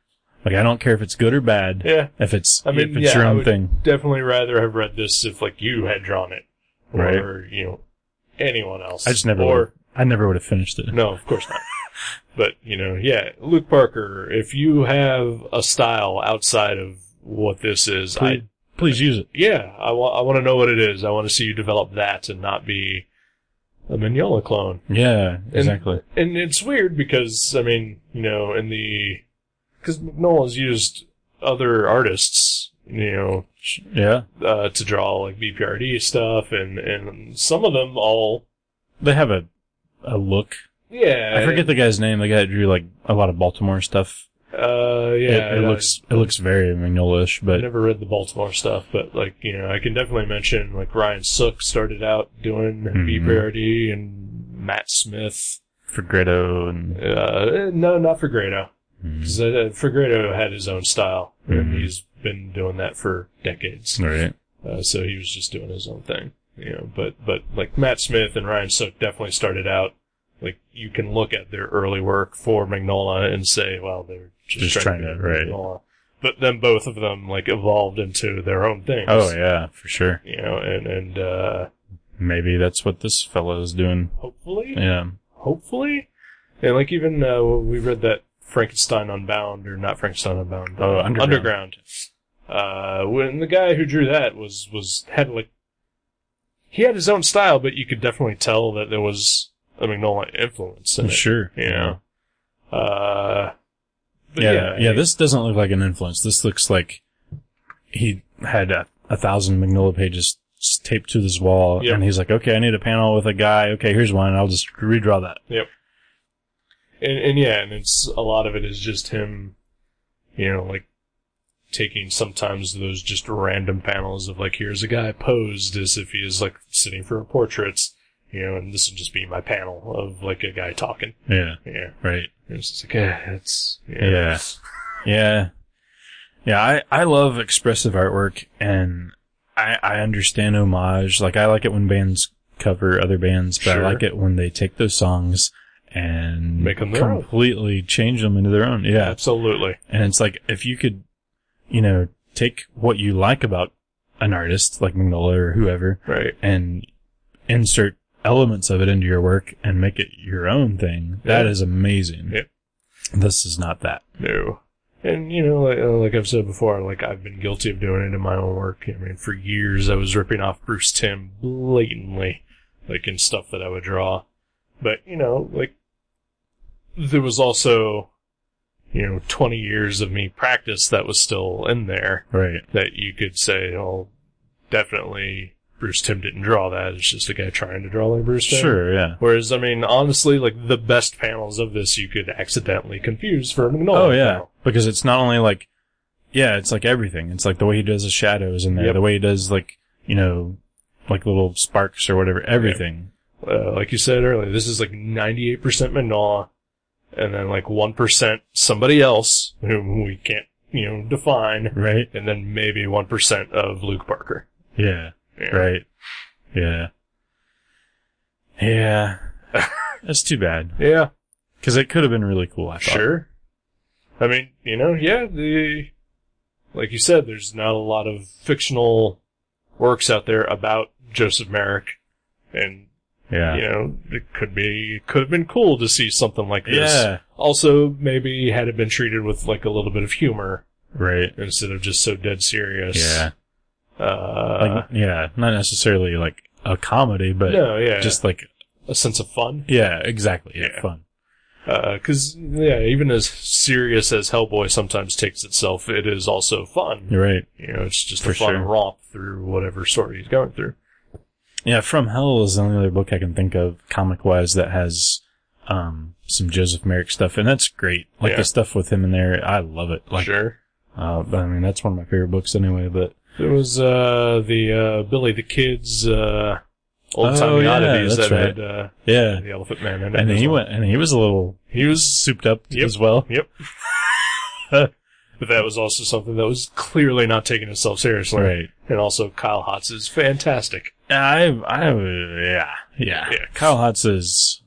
S2: Like I don't care if it's good or bad.
S1: Yeah.
S2: If it's
S1: I mean,
S2: if it's
S1: yeah,
S2: your
S1: I
S2: own
S1: would-
S2: thing,
S1: definitely rather have read this if like you had drawn it, or you know anyone else.
S2: I just never
S1: Or
S2: would. I never would have finished it.
S1: no, of course not. but you know, yeah, Luke Parker. If you have a style outside of what this is,
S2: Please,
S1: I
S2: please use it.
S1: yeah, I want I want to know what it is. I want to see you develop that and not be a Mignola clone.
S2: Yeah, exactly.
S1: And it's weird because I mean, you know, in the because McNola's used other artists, you know,
S2: yeah,
S1: uh, to draw like BPRD stuff, and and some of them all.
S2: they have a a look.
S1: Yeah,
S2: I forget the guy's name. The guy that drew like a lot of Baltimore stuff.
S1: Uh, yeah,
S2: it, it
S1: I-
S2: looks it looks very Mignola-ish,
S1: I
S2: but
S1: never read the Baltimore stuff, but like you know, I can definitely mention like Ryan Sook started out doing
S2: Mhm.
S1: BPRD and Matt Smith.
S2: for Grotto and
S1: Uh, no, not for Grado.
S2: mm,
S1: Because uh, Fregredo had his own style, and
S2: Mhm.
S1: he's been doing that for decades.
S2: right,
S1: Uh, so he was just doing his own thing, you know. But but like Matt Smith and Ryan Sook definitely started out. Like you can look at their early work for Magnola and say, well, they're just,
S2: Just
S1: trying, to,
S2: trying to-
S1: be
S2: right.
S1: Magnola. But then both of them like evolved into their own things.
S2: Oh yeah, for sure.
S1: You know, and and uh,
S2: Maybe that's what this fellow is doing.
S1: hopefully,
S2: Yeah.
S1: hopefully, and like even uh, we read that Frankenstein Unbound or not Frankenstein Unbound,
S2: Oh,
S1: uh,
S2: Underground.
S1: Uh, when the guy who drew that was was had like he had his own style, but you could definitely tell that there was a Magnolia influence in it.
S2: Sure.
S1: You know. Uh, but
S2: yeah,
S1: yeah,
S2: yeah, This doesn't look like an influence. This looks like he had a, a thousand Magnolia pages s- taped to this wall,
S1: Yep.
S2: and he's like, "Okay, I need a panel with a guy. Okay, here's one. I'll just redraw that."
S1: and, and yeah, and it's a lot of it is just him, you know, like taking sometimes those just random panels of like here's a guy posed as if he is like sitting for a portrait, you know, and this would just be my panel of like a guy talking.
S2: Yeah,
S1: Yeah,
S2: right.
S1: and it's just like eh, it's yeah.
S2: Yeah, yeah, yeah. I I love expressive artwork, and I, I understand homage. Like I like it when bands cover other bands, but
S1: Sure.
S2: I like it when they take those songs and
S1: Make 'em their own.
S2: completely change them into their own. Yeah.
S1: Absolutely.
S2: And it's like, if you could, you know, take what you like about an artist like Magnolia or whoever
S1: Right.
S2: and insert elements of it into your work and make it your own thing, that
S1: Yeah.
S2: is amazing.
S1: Yeah.
S2: This is not that.
S1: No. And you know, like, uh, like I've said before, like I've been guilty of doing it in my own work. I mean, for years I was ripping off Bruce Tim blatantly, like in stuff that I would draw. But you know, like there was also, you know, 20 years of me practice that was still in there
S2: Right.
S1: that you could say, oh, definitely Bruce Tim didn't draw that. It's just a guy trying to draw like Bruce Tim.
S2: Sure. Yeah.
S1: Whereas, I mean, honestly, like the best panels of this you could accidentally confuse for a Magnolia.
S2: Oh yeah,
S1: panel.
S2: because it's not only like, yeah, it's like everything. It's like the way he does his shadows in there,
S1: Yep.
S2: the way he does like you know, like little sparks or whatever. Everything.
S1: Uh, like you said earlier, this is like 98% Magnolia, and then like 1% somebody else whom we can't, you know, define,
S2: Right.
S1: and then maybe 1% of Luke Parker.
S2: Yeah.
S1: Yeah.
S2: Right. Yeah. Yeah. That's too bad
S1: Yeah,
S2: because it could have been really cool. I thought.
S1: sure. I mean, you know, yeah, the, like you said, there's not a lot of fictional works out there about Joseph Merrick, and
S2: Yeah.
S1: you know, it could be could have been cool to see something like this.
S2: Yeah.
S1: Also, maybe had it been treated with like a little bit of humor
S2: Right.
S1: instead of just so dead serious.
S2: Yeah.
S1: Uh,
S2: Like, yeah. Not necessarily like a comedy, but
S1: no, yeah. Just
S2: just like
S1: a sense of fun.
S2: yeah, exactly.
S1: Yeah.
S2: Yeah. Fun.
S1: Because yeah, even as serious as Hellboy sometimes takes itself, it is also fun.
S2: You're right.
S1: You know, it's just
S2: For
S1: a fun
S2: sure.
S1: romp through whatever story he's going through.
S2: Yeah, From Hell is the only other book I can think of, comic wise, that has um some Joseph Merrick stuff, and that's great. Like
S1: Yeah.
S2: the stuff with him in there, I love it. Like,
S1: sure.
S2: uh, I mean, that's one of my favorite books anyway. But
S1: There was uh, the uh, Billy the Kid's uh, old time
S2: Oh, yeah,
S1: oddities
S2: that's
S1: that had uh,
S2: yeah,
S1: the Elephant Man, in it
S2: and
S1: as
S2: he
S1: well.
S2: went, and he was a little
S1: He was
S2: souped up
S1: Yep.
S2: as well.
S1: Yep. but that was also something that was clearly not taking itself seriously.
S2: Right.
S1: And also Kyle Hotz is fantastic.
S2: I, I, uh, yeah, yeah.
S1: Yeah.
S2: Kyle Hotz is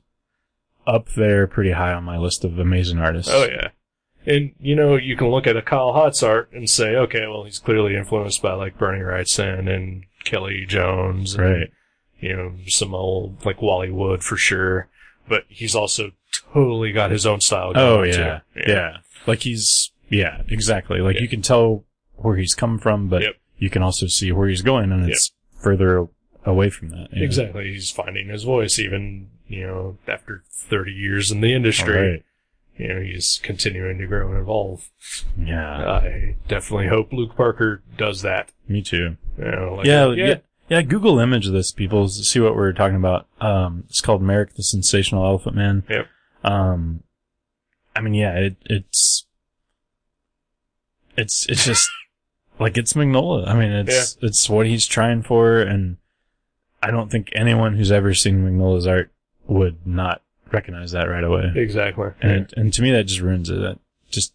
S2: up there, pretty high on my list of amazing artists.
S1: Oh yeah. And you know, you can look at a Kyle Hotz art and say, okay, well he's clearly influenced by like Bernie Wrightson and Kelly Jones and
S2: Right.
S1: you know, some old like Wally Wood for sure. But he's also totally got his own style.
S2: Oh
S1: going, too.
S2: yeah. yeah, Like he's yeah, exactly. Like
S1: Yeah.
S2: you can tell where he's come from, but
S1: Yep.
S2: you can also see where he's going, and it's further away from that. yeah.
S1: Exactly. He's finding his voice even, you know, after thirty years in the
S2: All
S1: industry.
S2: right.
S1: you know, he's continuing to grow and evolve.
S2: Yeah,
S1: I definitely hope Luke Parker does that.
S2: me too.
S1: You know, like,
S2: yeah, yeah, yeah. Google image this, people. s- See what we're talking about. Um, it's called Merrick the Sensational Elephant Man.
S1: Yep.
S2: Um, I mean, yeah, it, it's, it's, it's just like it's Magnolia. I mean, it's, it's what he's trying for. And I don't think anyone who's ever seen Magnolia's art would not recognize that right away.
S1: exactly.
S2: And, it, and to me, that just ruins it. That just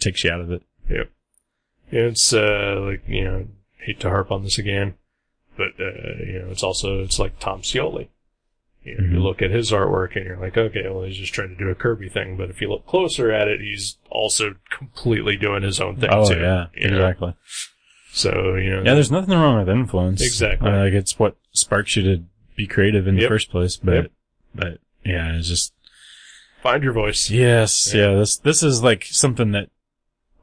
S2: takes you out of it.
S1: Yeah, it's uh, like you know, hate to harp on this again, but uh, you know, it's also it's like Tom Scioli. You, know, you
S2: Mhm.
S1: look at his artwork and you're like, okay, well, he's just trying to do a Kirby thing. But if you look closer at it, he's also completely doing his own thing
S2: oh
S1: too.
S2: yeah,
S1: you know?
S2: exactly.
S1: So you know,
S2: Yeah, there's nothing wrong with influence.
S1: Exactly.
S2: Uh, like it's what sparks you to be creative in
S1: Yep.
S2: the first place. But
S1: Yep.
S2: but yeah, it's just
S1: find your voice.
S2: yes,
S1: Yeah.
S2: yeah. This this is like something that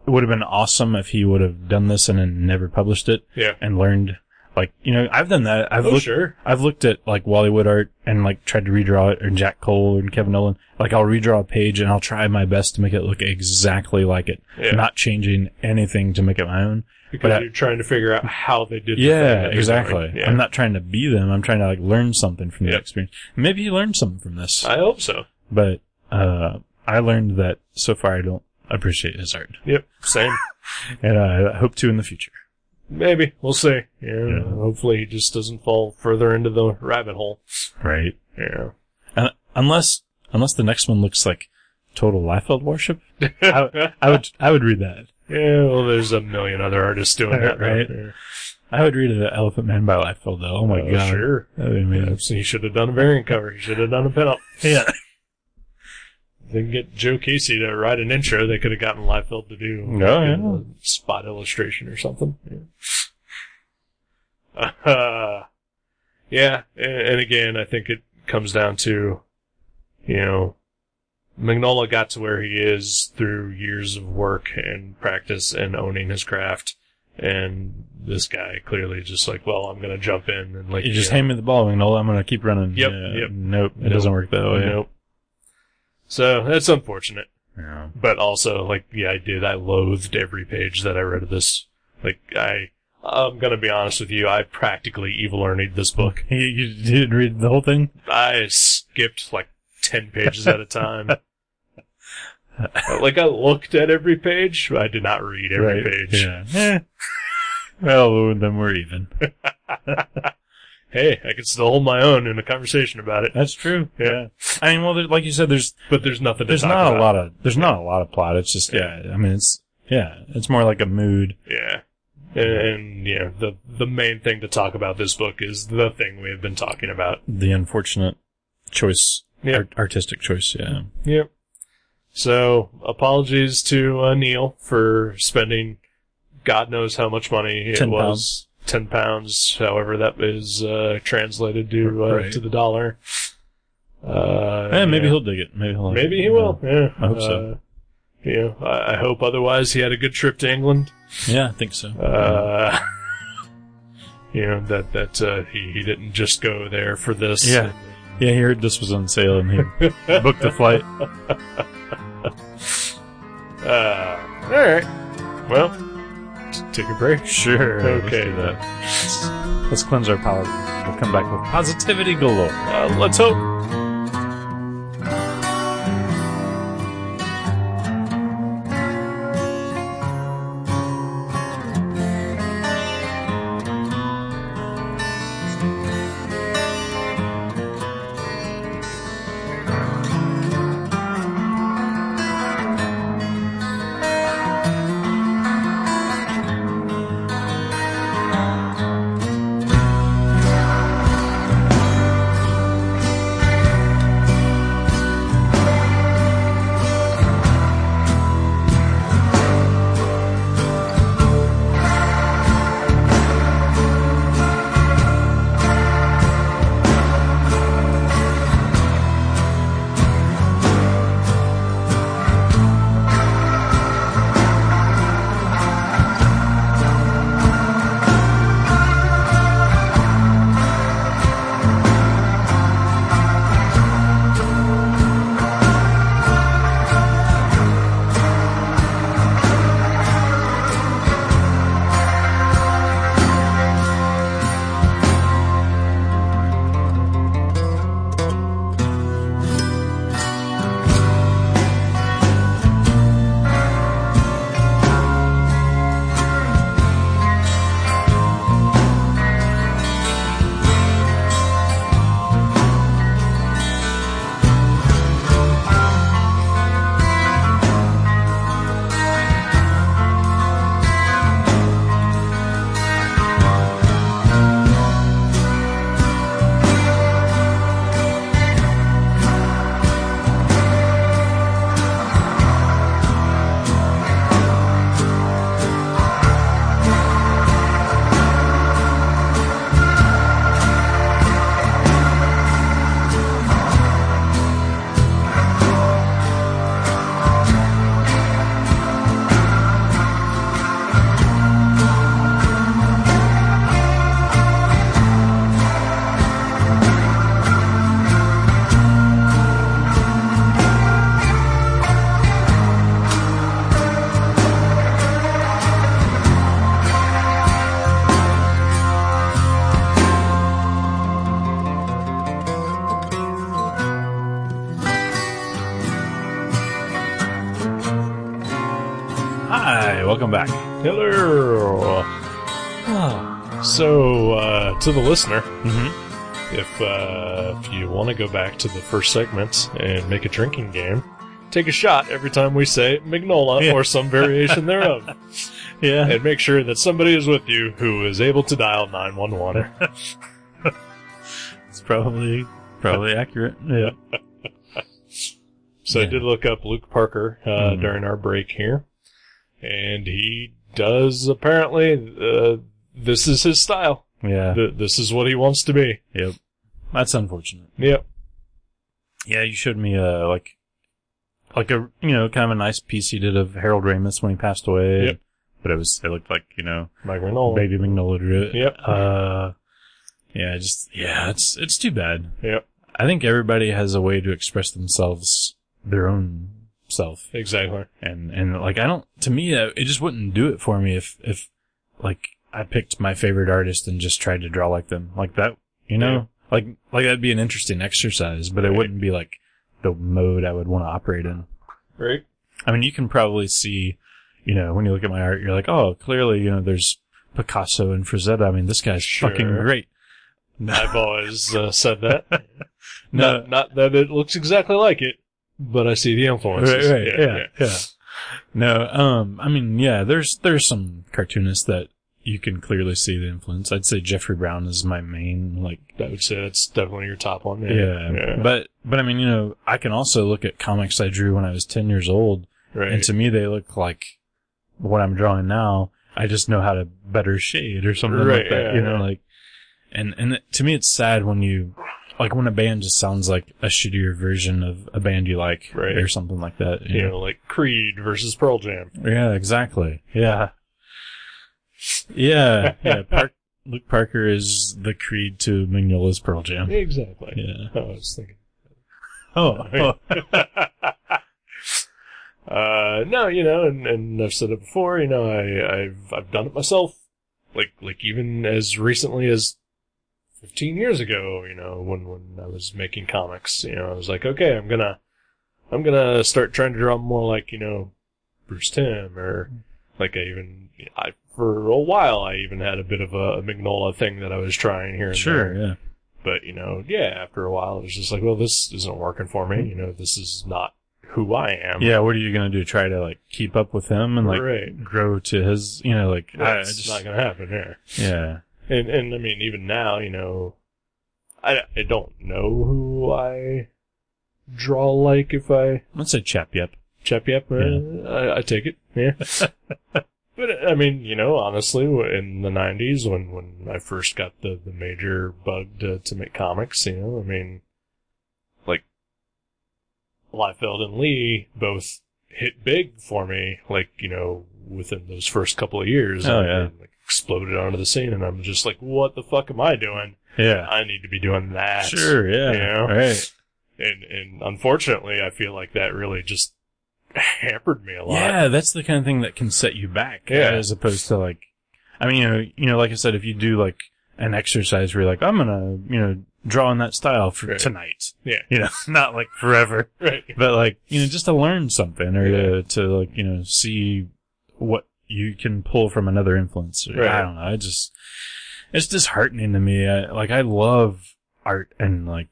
S2: would have been awesome if he would have done this and then never published it
S1: Yeah.
S2: and learned. Like you know, I've done that. I've
S1: oh
S2: looked.
S1: sure.
S2: I've looked at like Wally Wood art and like tried to redraw it, or Jack Cole and Kevin Nolan. Like I'll redraw a page and I'll try my best to make it look exactly like it,
S1: Yeah.
S2: not changing anything to make it my own.
S1: because
S2: but I-
S1: you're trying to figure out how they did. the thing
S2: Yeah,
S1: that they're
S2: exactly.
S1: doing. Yeah.
S2: I'm not trying to be them. I'm trying to like learn something from
S1: Yep.
S2: the experience. Maybe you learned something from this,
S1: I hope so.
S2: but uh, I learned that so far I don't appreciate his art,
S1: Yep. Same.
S2: and I hope to in the future.
S1: Maybe we'll see. Yeah,
S2: Yeah.
S1: Hopefully, he just doesn't fall further into the rabbit hole.
S2: Right?
S1: Yeah.
S2: And unless unless the next one looks like total Liefeld worship, I, I would I would read that.
S1: Yeah. Well, there's a million other artists doing that,
S2: Right.
S1: right?
S2: I would read an Elephant Man by Lightfield though. Oh my
S1: Uh,
S2: god,
S1: Sure.
S2: that'd be amazing.
S1: So he should have done a variant cover. He should have done a pinup.
S2: Yeah,
S1: Then get Joe Casey to write an intro. They could have gotten Liefeld to do
S2: No,
S1: you
S2: Oh, yeah.
S1: know, a spot illustration or something. Yeah. Uh, yeah, and, and again, I think it comes down to, you know, Magnola got to where he is through years of work and practice and owning his craft. And this guy clearly just like, well, I'm gonna jump in and like
S2: you just
S1: know,
S2: hand me the ball, Magnola. I'm gonna keep running.
S1: Yep,
S2: Yeah.
S1: yep.
S2: Nope, it
S1: Nope.
S2: doesn't work that way.
S1: Nope. So that's unfortunate.
S2: Yeah.
S1: but also like yeah i did i loathed every page that i read of this like i i'm gonna be honest with you i practically evil ernie this book
S2: You, you did read the whole thing.
S1: i skipped like 10 pages at a time like i looked at every page but i did not read every page
S2: Yeah. Eh. well, then we're even.
S1: hey i can still hold my own in a conversation about it
S2: That's true.
S1: Yeah.
S2: I mean, well, there, like you said, there's
S1: but there's nothing to
S2: there's
S1: talk
S2: not a
S1: about.
S2: lot of there's not a lot of plot. It's just yeah. I mean, it's yeah. It's more like a mood.
S1: yeah and, and yeah the the main thing to talk about this book is the thing we have been talking about
S2: The unfortunate choice,
S1: Yeah.
S2: art- artistic choice. Yeah.
S1: Yep. So, apologies to uh, Neil for spending God knows how much money it
S2: 10
S1: was. Ten pounds, however that is uh, translated to uh,
S2: Right.
S1: to the dollar. Uh,
S2: Eh, maybe
S1: yeah.
S2: he'll dig it. Maybe he'll. like
S1: Maybe
S2: it.
S1: he will. Yeah,
S2: I hope so.
S1: Uh, yeah, I, I hope. Otherwise, he had a good trip to England.
S2: Yeah, I think so.
S1: Uh, you know that that uh, he he didn't just go there for this.
S2: yeah. Yeah, he heard this was on sale and he booked the flight.
S1: Uh, all right. Well, t- take a break.
S2: Sure.
S1: Okay.
S2: Let's, do that. Let's cleanse our palate. We'll come back with positivity galore.
S1: Uh, let's hope.
S2: Hi, welcome back.
S1: Hello. Ah. So, uh, to the listener,
S2: Mm-hmm.
S1: if uh, if you want to go back to the first segment and make a drinking game, take a shot every time we say Magnola
S2: Yeah.
S1: or some variation thereof.
S2: Yeah.
S1: and make sure that somebody is with you who is able to dial 911.
S2: It's probably, probably accurate. Yeah.
S1: So I
S2: Yeah.
S1: did look up Luke Parker uh,
S2: Mhm.
S1: during our break here, and he does apparently. Uh, this is his style.
S2: Yeah.
S1: Th- this is what he wants to be.
S2: Yep. That's unfortunate.
S1: Yep.
S2: Yeah, you showed me uh like like a you know, kind of a nice piece he did of Harold Ramis when he passed away.
S1: Yep.
S2: But it was it looked like, you know,
S1: Mike Reynolds.
S2: baby Magnolia drew it.
S1: Yep.
S2: Uh yeah, just yeah, it's it's too bad.
S1: Yep.
S2: I think everybody has a way to express themselves their own self.
S1: Exactly.
S2: And and like I don't to me uh, it just wouldn't do it for me if if like I picked my favorite artist and just tried to draw like them. Like that, you know?
S1: Yeah.
S2: Like like that'd be an interesting exercise, but it
S1: Right.
S2: wouldn't be like the mode I would want to operate in.
S1: Right.
S2: I mean, you can probably see, you know, when you look at my art, you're like, "Oh, clearly, you know, there's Picasso and Frazetta. I mean, this guy's
S1: Sure.
S2: fucking great."
S1: I've always uh, said that.
S2: No.
S1: Not, not that it looks exactly like it, but I see the
S2: right,
S1: influences.
S2: right, yeah, yeah, No, um, I mean, yeah, there's there's some cartoonists that you can clearly see the influence. I'd say Jeffrey Brown is my main like,
S1: I would say that's definitely your top one.
S2: yeah. But but I mean, you know, I can also look at comics I drew when I was ten years old,
S1: right.
S2: and to me they look like what I'm drawing now. I just know how to better shade or something
S1: Right,
S2: like that,
S1: yeah,
S2: you know,
S1: yeah.
S2: like. And and it- to me, it's sad when you like when a band just sounds like a shittier version of a band you like,
S1: Right.
S2: or something like that. you
S1: you
S2: know?
S1: know, like Creed versus Pearl Jam.
S2: Yeah, exactly. Yeah. Yeah. Yeah. Park, Luke Parker is the creed to Magnola's Pearl Jam.
S1: Exactly.
S2: Yeah.
S1: I was thinking.
S2: Oh. oh.
S1: uh, no, you know, and, and I've said it before. You know, I, I've I've done it myself. Like like even as recently as fifteen years ago, you know, when when I was making comics, you know, I was like, okay, I'm gonna I'm gonna start trying to draw more like you know Bruce Tim or like I even I for a while I even had a bit of a, Magnola thing that I was trying here. And there.
S2: Sure. Yeah.
S1: But, you know, yeah, after a while, it was just like, well, this isn't working for me. You know, this is not who I am.
S2: Yeah. What are you going to do? Try to like keep up with him and like
S1: right.
S2: grow to his, you know, like, I, I
S1: That's
S2: just,
S1: not going to happen here.
S2: yeah.
S1: And, and I mean, even now, you know, I, I don't know who I draw like if I
S2: Let's say chap. Yep.
S1: chap yep. uh, I, I take it. Yeah. but, I mean, you know, honestly, in the 90s, when, when I first got the, the major bug to, to make comics, you know, I mean, like, Liefeld and Lee both hit big for me, like, you know, within those first couple of years.
S2: Oh,
S1: and,
S2: yeah.
S1: and, like, exploded onto the scene, and I'm just like, what the fuck am I doing?
S2: Yeah.
S1: I need to be doing that.
S2: Sure. Yeah.
S1: Yeah.
S2: All right.
S1: And, and unfortunately, I feel like that really just hampered me a lot.
S2: Yeah. That's the kind of thing that can set you back
S1: Yeah.
S2: as opposed to like, I mean, you know, you know, like I said, if you do like an exercise where you're like, I'm going to, you know, draw in that style for
S1: Right.
S2: tonight.
S1: Yeah.
S2: You know, not like forever.
S1: Right.
S2: but like you know just to learn something or to, to like you know see what you can pull from another influence
S1: Right.
S2: i don't know i just it's disheartening to me I, like i love art and like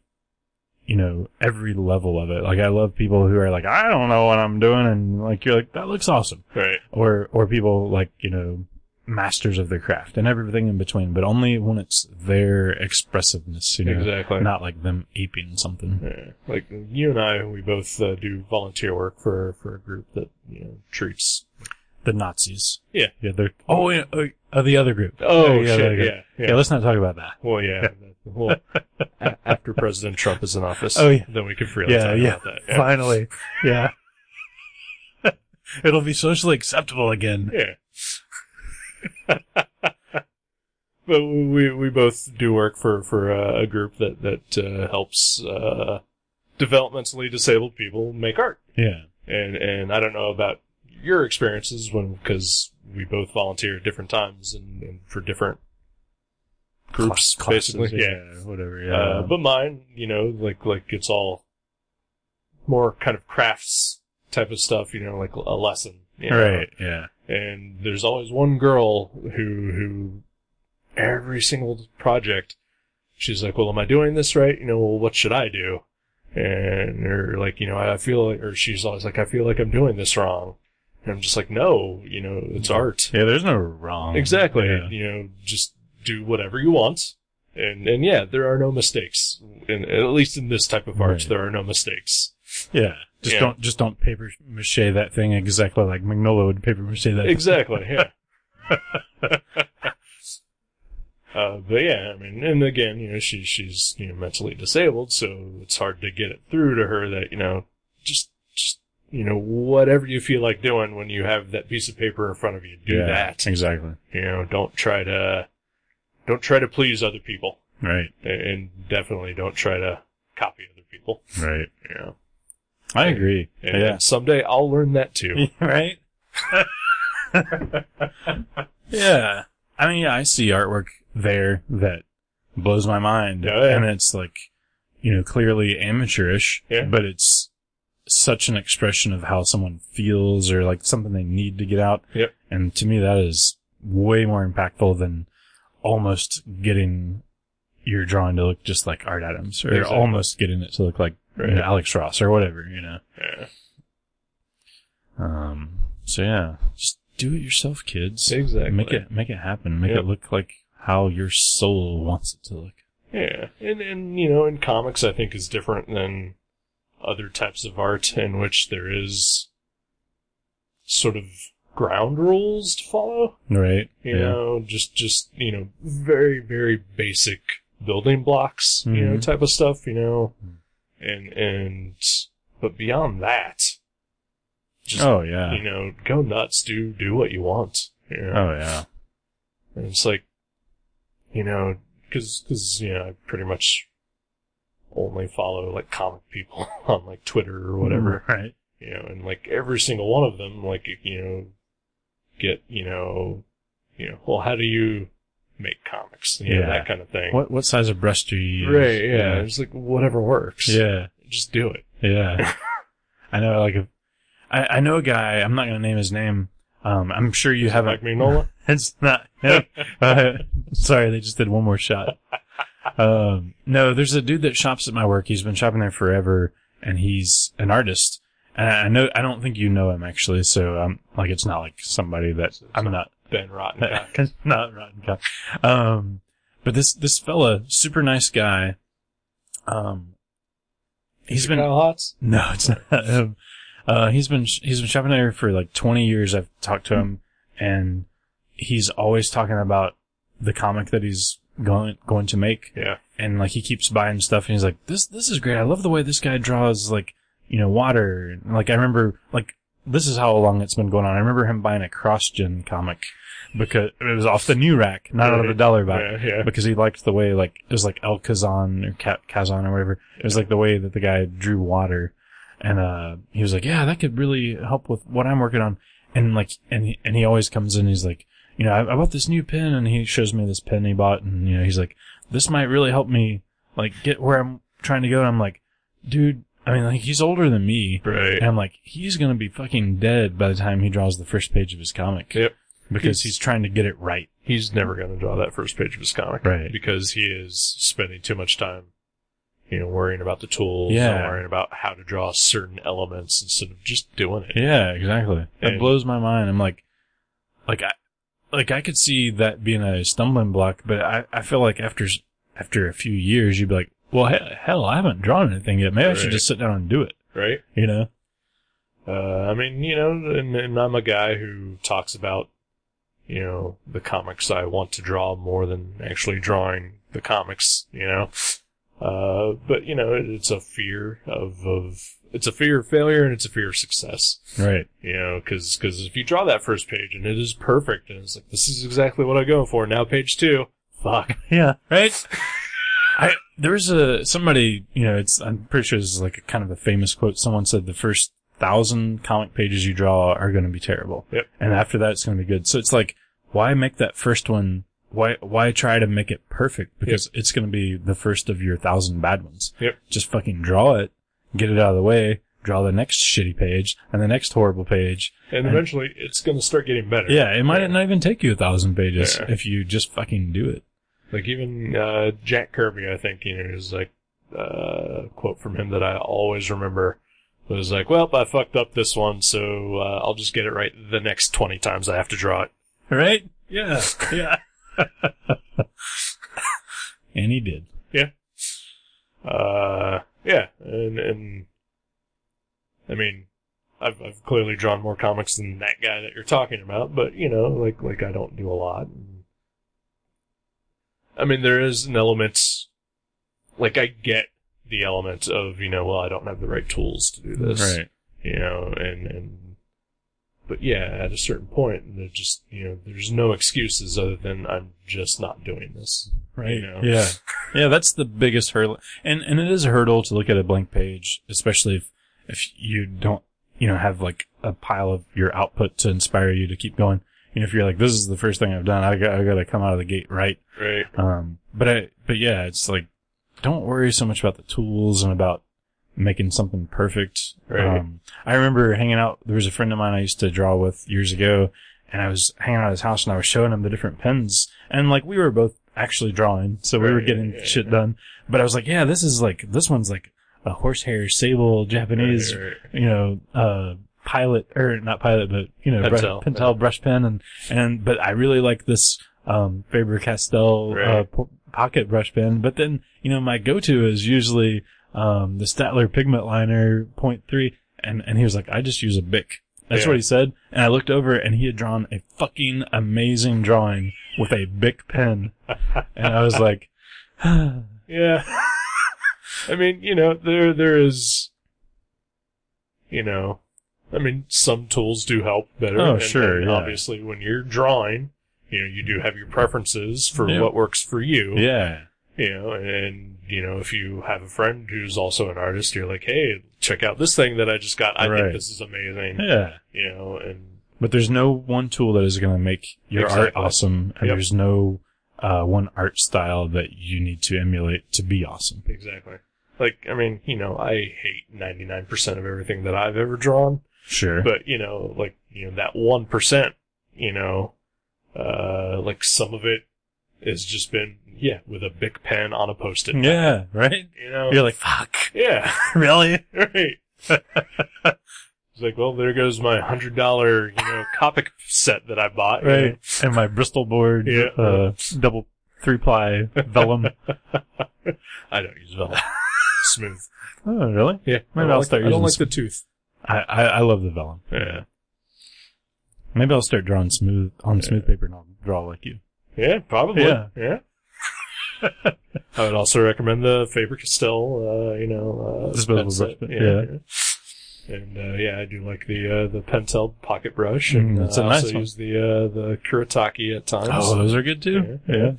S2: you know every level of it like i love people who are like i don't know what i'm doing and like you're like that looks awesome
S1: Right.
S2: or or people like you know masters of their craft and everything in between but only when it's their expressiveness you know
S1: Exactly.
S2: not like them aping something
S1: Yeah. Like you and I, we both uh, do volunteer work for for a group that you know treats.
S2: the nazis
S1: Yeah.
S2: Yeah, they're. Oh, yeah, uh, uh, the other group.
S1: Oh
S2: yeah,
S1: shit.
S2: yeah.
S1: Yeah. Yeah.
S2: Yeah. let's not talk about that.
S1: well, yeah. Well, a- after President Trump is in office,
S2: Oh, yeah.
S1: then we can freely
S2: Yeah,
S1: talk
S2: yeah.
S1: about that. Yeah.
S2: Finally. Yeah. It'll be socially acceptable again.
S1: yeah. but we we both do work for for uh, a group that that uh, helps uh, developmentally disabled people make art.
S2: Yeah.
S1: and and I don't know about your experiences when because we both volunteer at different times and, and for different groups,
S2: Cla- classes,
S1: basically. Yeah.
S2: Whatever. Yeah.
S1: Uh, but mine, you know, like like it's all more kind of crafts type of stuff, you know, like a lesson, you know?
S2: right. Yeah.
S1: And there's always one girl who who every single project, she's like, "Well, am I doing this right? You know, well, what should I do?" and or like you know I feel like or she's always like I feel like I'm doing this wrong, and I'm just like no, you know it's art.
S2: Yeah, there's no wrong.
S1: Exactly.
S2: Yeah.
S1: You know, just do whatever you want. And and yeah, there are no mistakes. In, at least in this type of art,
S2: Right.
S1: there are no mistakes.
S2: Yeah. Just
S1: Yeah.
S2: don't just don't paper mache that thing exactly like Magnolia would paper mache that.
S1: Exactly. Yeah. uh, but yeah, I mean, and again, you know, she she's you know mentally disabled, so it's hard to get it through to her that you know just just you know whatever you feel like doing when you have that piece of paper in front of you, do
S2: Yeah,
S1: that.
S2: Exactly.
S1: You know, don't try to don't try to please other people.
S2: Right.
S1: and definitely don't try to copy other people.
S2: Right.
S1: You know,
S2: I agree.
S1: and someday I'll learn that too.
S2: yeah. right. yeah. I mean, yeah, I see artwork there that blows my mind,
S1: Oh, Yeah, yeah.
S2: and it's like, you know, clearly amateurish,
S1: Yeah.
S2: but it's such an expression of how someone feels or like something they need to get out.
S1: Yep.
S2: And to me, that is way more impactful than almost getting your drawing to look just like Art Adams, or
S1: Exactly.
S2: almost getting it to look like you know,
S1: Right.
S2: Alex Ross or whatever, you know.
S1: Yeah.
S2: Um. So yeah, just do it yourself, kids.
S1: Exactly.
S2: Make it make it happen. Make
S1: Yep.
S2: it look like how your soul wants it to look.
S1: Yeah, and and you know, in comics, I think is different than other types of art in which there is sort of ground rules to follow.
S2: Right.
S1: You know, just just you know, very very basic building blocks, you know,
S2: Mhm.
S1: type of stuff. You know,
S2: Mm.
S1: and and but beyond that, just
S2: oh yeah.
S1: you know, go nuts, do do what you want. You know?
S2: Oh yeah.
S1: And it's like, you know, because you know, I pretty much only follow like comic people on like Twitter or whatever,
S2: Right.
S1: you know, and like every single one of them, like you know, get you know, you know, well, how do you make comics? You know,
S2: Yeah.
S1: that kind of thing.
S2: What what size of breast do you use?
S1: Right? Yeah. It's like whatever works.
S2: Yeah.
S1: Just do it.
S2: Yeah. I know. Like, a, I I know a guy. I'm not gonna name his name. Um. I'm sure you haven't.
S1: Like Magnola.
S2: It's not. No, Uh, sorry, they just did one more shot. Um, no, there's a dude that shops at my work. He's been shopping there forever, and he's an artist. And I know I don't think you know him actually, so um, like it's not like somebody that I'm not
S1: Ben Rottencock.
S2: not rotten cock. Um, but this this fella, super nice guy. Um, he's been
S1: Kyle Hotz?
S2: no, it's not. Um, uh, he's been he's been shopping there for like 20 years. I've talked to him, and he's always talking about the comic that he's going going to make,
S1: Yeah.
S2: and like he keeps buying stuff, and he's like, "This this is great. I love the way this guy draws like you know water." And, Like I remember like this is how long it's been going on. I remember him buying a cross gen comic because it was off the new rack, not out of the
S1: Right.
S2: dollar rack
S1: Yeah. Yeah.
S2: because he liked the way like it was like El Kazan or Ka- Kazan or whatever. It was like the way that the guy drew water, and uh, he was like, yeah, that could really help with what I'm working on. And like, and he, and he always comes in, he's like, you know, I, I bought this new pen, and he shows me this pen he bought, and you know, he's like, this might really help me like get where I'm trying to go. And I'm like, dude, I mean, like he's older than me,
S1: Right.
S2: and I'm like, he's gonna be fucking dead by the time he draws the first page of his comic.
S1: Yep.
S2: Because
S1: He's-
S2: he's trying to get it right.
S1: he's never going to draw that first page of his comic,
S2: Right.
S1: Because he is spending too much time, you know, worrying about the tools,
S2: Yeah.
S1: and worrying about how to draw certain elements instead of just doing it.
S2: Yeah, exactly. It
S1: And-
S2: blows my mind. I'm like, like I, like I could see that being a stumbling block, but I, I feel like after, s- after a few years, you'd be like, well, he- hell, I haven't drawn anything yet. Maybe I should
S1: Right.
S2: just sit down and do it.
S1: Right.
S2: You know?
S1: Uh, I mean, you know, and, and I'm a guy who talks about, you know, the comics I want to draw more than actually drawing the comics, you know. Uh, but you know, it, it's a fear of, of, it's a fear of failure and it's a fear of success.
S2: Right.
S1: You know, because if you draw that first page and it is perfect, and it's like this is exactly what I'm going for. Now page two, fuck.
S2: Yeah. Right. I, there was a, somebody, you know, it's, I'm pretty sure this is like a kind of a famous quote. Someone said the first thousand comic pages you draw are going to be terrible.
S1: Yep.
S2: And after that, it's going to be good. So it's like, why make that first one? Why, why try to make it perfect? Because it's going to be the first of your thousand bad ones.
S1: Yep.
S2: Just fucking draw it, get it out of the way, draw the next shitty page and the next horrible page.
S1: And eventually, it's going to start getting better.
S2: Yeah. It might not even take you a thousand pages
S1: Yeah.
S2: if you just fucking do it.
S1: Like even uh, Jack Kirby, I think you know, is like uh, quote from him that I always remember. It was like, well, I fucked up this one, so uh, I'll just get it right the next 20 times I have to draw it.
S2: Right? Yeah. Yeah. and he did.
S1: Uh, yeah, and, and, I mean, I've, I've clearly drawn more comics than that guy that you're talking about, but, you know, like, like I don't do a lot. I mean, there is an element, like, I get the element of, you know, well, I don't have the right tools to do this
S2: Right.
S1: you know, and, and, but yeah, at a certain point, there just, you know, there's no excuses other than I'm just not doing this.
S2: Right.
S1: You know?
S2: Yeah. Yeah. That's the biggest hurdle. And, and it is a hurdle to look at a blank page, especially if, if you don't, you know, have like a pile of your output to inspire you to keep going. You know, if you're like, this is the first thing I've done, I got, I got to come out of the gate right.
S1: Right.
S2: Um, but I, but yeah, it's like, don't worry so much about the tools and about making something perfect.
S1: Right.
S2: Um, I remember hanging out, there was a friend of mine I used to draw with years ago and I was hanging out at his house and I was showing him the different pens and like we were both actually drawing. So we were
S1: Right,
S2: getting
S1: yeah,
S2: shit
S1: yeah.
S2: done, but I was like, yeah, this is like, this one's like a horsehair sable Japanese,
S1: Right, right.
S2: you know, uh, pilot or not pilot, but you know, brush,
S1: Pentel.
S2: Pentel brush pen and, and, but I really like this, um, Faber Castell, uh,
S1: Right.
S2: po- pocket brush pen. But then, you know, my go-to is usually, um, the Statler pigment liner 0.3. And, and he was like, I just use a Bic. That's
S1: Yeah.
S2: what he said. And I looked over and he had drawn a fucking amazing drawing with a Bic pen. and I was like,
S1: Yeah. I mean, you know, there, there is, you know, I mean, some tools do help better.
S2: Oh,
S1: and-
S2: sure,
S1: and
S2: yeah.
S1: Obviously, when you're drawing, you know, you do have your preferences for
S2: Yeah.
S1: what works for you.
S2: yeah,
S1: you know, and you know, if you have a friend who's also an artist, you're like, hey, check out this thing that I just got. I
S2: Right.
S1: think this is amazing.
S2: yeah.
S1: You know, and
S2: But there's no one tool that is going to make your art
S1: Exactly.
S2: awesome, and
S1: Yep.
S2: there's no uh, one art style that you need to emulate to be awesome.
S1: exactly. Like, I mean, you know, I hate 99% of everything that I've ever drawn,
S2: Sure.
S1: but you know, like, you know, that 1%, you know, uh, like some of it has just been, yeah, with a big pen on a post-it. note,
S2: yeah, right?
S1: You know?
S2: You're like, fuck,
S1: yeah.
S2: really?
S1: Right. It's like, well, there goes my hundred dollar, you know, Copic set that I bought. you
S2: Right. And my Bristol board,
S1: Yeah.
S2: uh, double three ply vellum.
S1: know. I don't use vellum. Smooth.
S2: oh, really?
S1: Yeah.
S2: Maybe
S1: I don't
S2: I'll
S1: like,
S2: start
S1: I don't
S2: using
S1: like
S2: smooth.
S1: the tooth.
S2: I, I, I love the vellum.
S1: Yeah.
S2: Maybe I'll start drawing smooth on
S1: Yeah.
S2: smooth paper and I'll draw like you.
S1: Yeah, probably.
S2: Yeah.
S1: I would also recommend the Faber Castell, uh, you know, uh,
S2: Disposable
S1: pen
S2: brush
S1: set.
S2: pen,
S1: yeah. And uh, yeah, I do like the uh, the Pentel pocket brush, and
S2: Mm, that's
S1: uh,
S2: a
S1: I
S2: nice
S1: also
S2: one.
S1: use the uh, the Kuretake at times.
S2: Oh, those are good too.
S1: Yeah.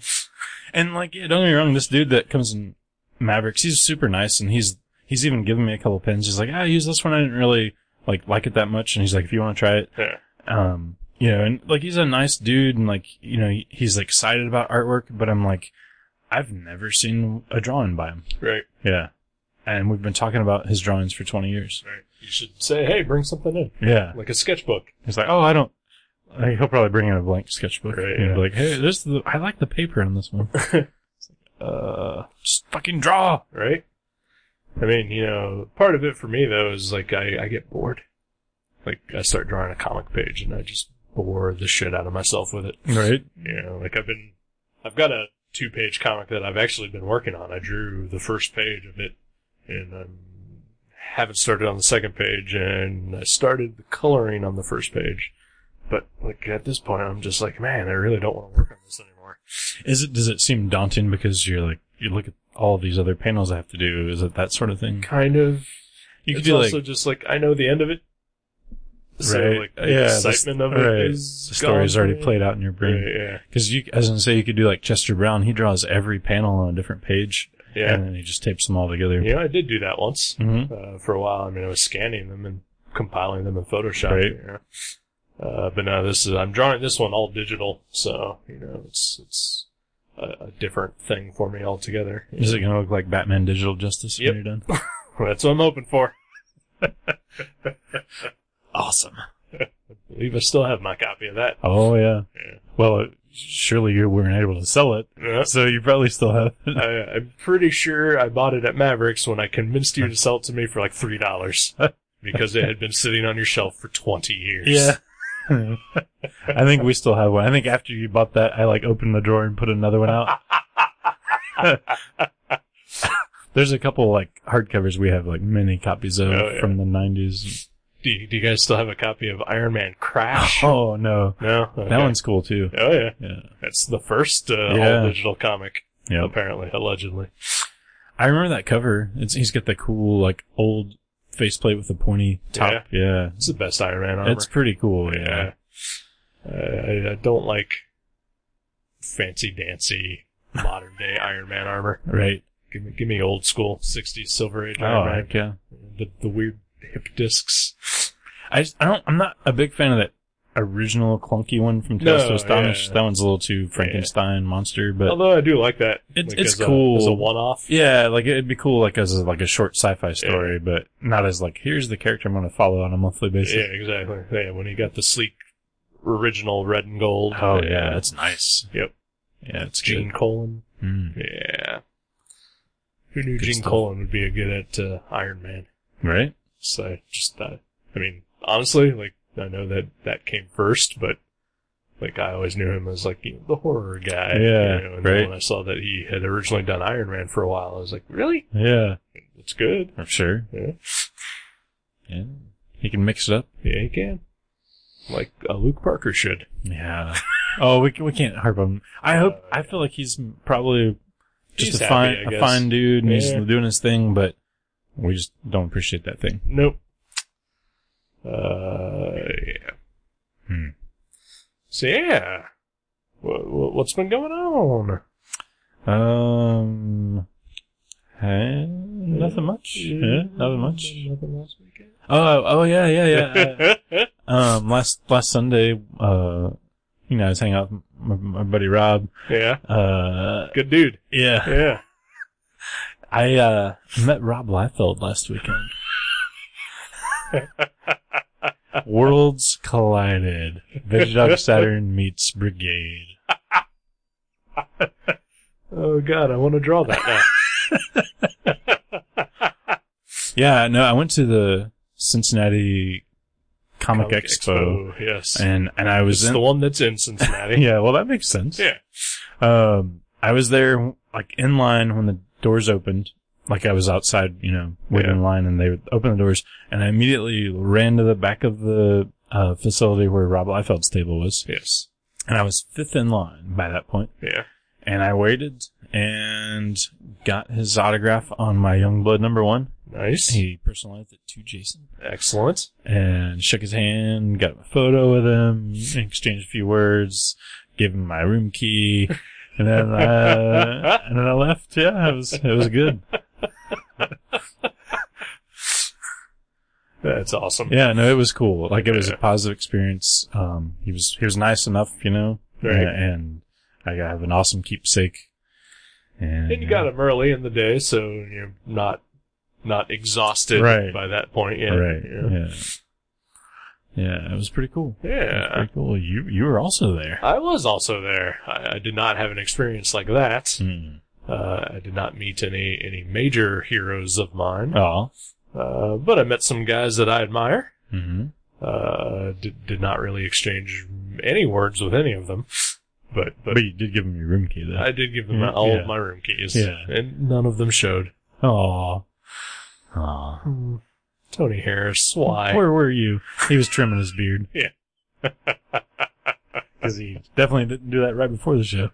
S2: And like, yeah, don't get me wrong, this dude that comes in Mavericks, he's super nice and he's, he's even given me a couple pins. He's like, "Ah, I use this one. I didn't really like, like it that much. And he's like, if you want to try it,
S1: yeah,
S2: um, you know, and like, he's a nice dude and like, you know, he- he's excited about artwork, but I'm like, I've never seen a drawing by him.
S1: right,
S2: Yeah. And we've been talking about his drawings for 20 years.
S1: right. You should say, hey, bring something in,
S2: Yeah.
S1: like a sketchbook.
S2: He's like, oh, I don't. Like, he'll probably bring in a blank sketchbook.
S1: Right,
S2: and
S1: yeah.
S2: be like, hey, this is the, I like the paper on this one. uh, just fucking draw.
S1: right? I mean, you know, part of it for me though is like I, I get bored. Like I start drawing a comic page and I just bore the shit out of myself with it.
S2: Right.
S1: You know, like I've been, I've got a two page comic that I've actually been working on. I drew the first page of it and I haven't started on the second page and I started the coloring on the first page. But like at this point, I'm just like, man, I really don't want to work on this anymore.
S2: Is it? Does it seem daunting because you're like, you look at all these other panels I have to do. Is it that sort of thing?
S1: Kind of
S2: You could
S1: it's
S2: do
S1: also
S2: like
S1: just like I know the end of it. So
S2: Right.
S1: like
S2: Yeah,
S1: the
S2: the s-
S1: excitement of it
S2: right.
S1: is
S2: the story's
S1: gone.
S2: already played out in your
S1: Right,
S2: brain.
S1: yeah.
S2: Because you, as I say, you could do like Chester Brown. He draws every panel on a different page,
S1: Yeah.
S2: and then he just tapes them all together.
S1: You know, I did do that once
S2: Mm-hmm.
S1: uh, for a while. I mean, I was scanning them and compiling them in Photoshop.
S2: Right.
S1: you know. Uh, but no, this is I'm drawing this one all digital, so you know it's it's a, a different thing for me altogether.
S2: Is it going to look like Batman Digital Justice
S1: Yep.
S2: when you're done?
S1: That's what I'm hoping for.
S2: Awesome.
S1: I believe I still have my copy of that.
S2: Oh yeah.
S1: Yeah.
S2: Well, surely you weren't able to sell it.
S1: Uh,
S2: So you probably still have it.
S1: I, I'm pretty sure I bought it at Mavericks when I convinced you to sell it to me for like three dollars because it had been sitting on your shelf for twenty years.
S2: Yeah. I think we still have one. I think after you bought that, I like opened the drawer and put another one out. There's a couple like hardcovers we have like many copies of
S1: Oh, yeah.
S2: from the 90s.
S1: Do you, do you guys still have a copy of Iron Man Crash?
S2: Oh no.
S1: No, Okay.
S2: That one's cool too.
S1: Oh yeah,
S2: Yeah.
S1: that's the first uh,
S2: Yeah.
S1: all digital comic
S2: Yeah.
S1: apparently, allegedly.
S2: I remember that cover. It's he's got the cool like old faceplate with the pointy top. Yeah.
S1: It's the best Iron Man armor.
S2: It's pretty cool. Yeah.
S1: Yeah. Uh, I, I don't like fancy dancy modern day Iron Man armor.
S2: Right.
S1: Give me, give me old school '60s Silver Age
S2: Oh,
S1: Iron Man.
S2: heck yeah.
S1: The the weird hip discs.
S2: I just, I don't, I'm not a big fan of that original clunky one from
S1: No,
S2: Tales to Astonish.
S1: yeah.
S2: That one's a little too Frankenstein monster, but
S1: Although I do like that.
S2: It's-
S1: like,
S2: it's
S1: as a-
S2: cool.
S1: as a one-off.
S2: yeah, like it'd be cool like as a, like a short sci-fi story, but not as like, here's the character I'm going to follow on a monthly
S1: Yeah,
S2: basis.
S1: exactly. Yeah, when he got the sleek original red and gold.
S2: Oh yeah, that's nice.
S1: Yep.
S2: Yeah, it's
S1: Gene Colan.
S2: good. Mm,
S1: Yeah. Who knew
S2: Good
S1: Gene
S2: stuff.
S1: Colan would be a good at uh, Iron Man?
S2: right?
S1: So just that. I mean, honestly, like I know that that came first, but like I always knew him as like you know, the horror guy.
S2: Yeah,
S1: you know, and
S2: right.
S1: then when I saw that he had originally done Iron Man for a while, I was like, really?
S2: Yeah,
S1: It's good.
S2: I'm sure.
S1: Yeah,
S2: Yeah. He can mix it up.
S1: yeah, he can. Like uh, Luke Parker should.
S2: Yeah. oh, we, can- we can't harp on him. I hope,
S1: Uh,
S2: I feel like he's probably just
S1: He's
S2: a
S1: happy, I
S2: fine, a
S1: guess.
S2: fine dude and he's
S1: Yeah.
S2: doing his thing, but we just don't appreciate that thing.
S1: Nope. Uh, yeah.
S2: Hmm.
S1: So yeah, what, what's been going on?
S2: Um, eh, nothing much. Yeah, nothing much.
S1: Nothing last weekend.
S2: Oh, oh yeah, yeah, yeah. Uh, um, last last Sunday, uh, you know, I was hanging out with my, my buddy Rob.
S1: yeah,
S2: Uh,
S1: good dude.
S2: yeah,
S1: Yeah.
S2: I uh met Rob Liefeld last weekend. Worlds collided. Veggie Saturn meets Brigade.
S1: Oh god, I want to draw that now.
S2: Yeah, no, I went to the Cincinnati Comic, Expo,
S1: Yes.
S2: and and I was
S1: it's
S2: in.
S1: the one that's in Cincinnati.
S2: yeah, well, that makes sense.
S1: Yeah.
S2: Um, I was there like in line when the doors opened. Like I was outside, you know, waiting
S1: Yeah.
S2: in line and they would open the doors and I immediately ran to the back of the uh, facility where Rob Liefeld's table was.
S1: Yes.
S2: And I was fifth in line by that point.
S1: Yeah.
S2: And I waited and got his autograph on my Youngblood number one.
S1: Nice.
S2: He personalized it to Jason
S1: Excellent.
S2: and shook his hand, got a photo with him, exchanged a few words, gave him my room key, and then uh, and then I left. Yeah, it was it was good.
S1: That's awesome.
S2: Yeah, no, it was cool. Like it was a positive experience. Um, he was he was nice enough, you know,
S1: Right.
S2: and, and I have an awesome keepsake. And,
S1: And you got him early in the day, so you're not not exhausted
S2: Right.
S1: by that point. Yeah.
S2: right?
S1: Yeah.
S2: Yeah. yeah, it was pretty cool. It was
S1: Yeah. Uh,
S2: pretty cool. You you were also there.
S1: I was also there. I, I did not have an experience like that.
S2: Hmm.
S1: Uh, I did not meet any any major heroes of mine,
S2: Oh.
S1: uh, but I met some guys that I admire.
S2: hmm
S1: uh, did, did not really exchange any words with any of them, but,
S2: But,
S1: but
S2: you did give him your room key though.
S1: I did give them
S2: Yeah. Mm,
S1: all
S2: Yeah.
S1: of my room keys,
S2: Yeah.
S1: and none of them showed.
S2: Aw. Aw.
S1: Tony Harris, why?
S2: Where were you? He was trimming his beard.
S1: Yeah.
S2: Because he definitely didn't do that right before the show.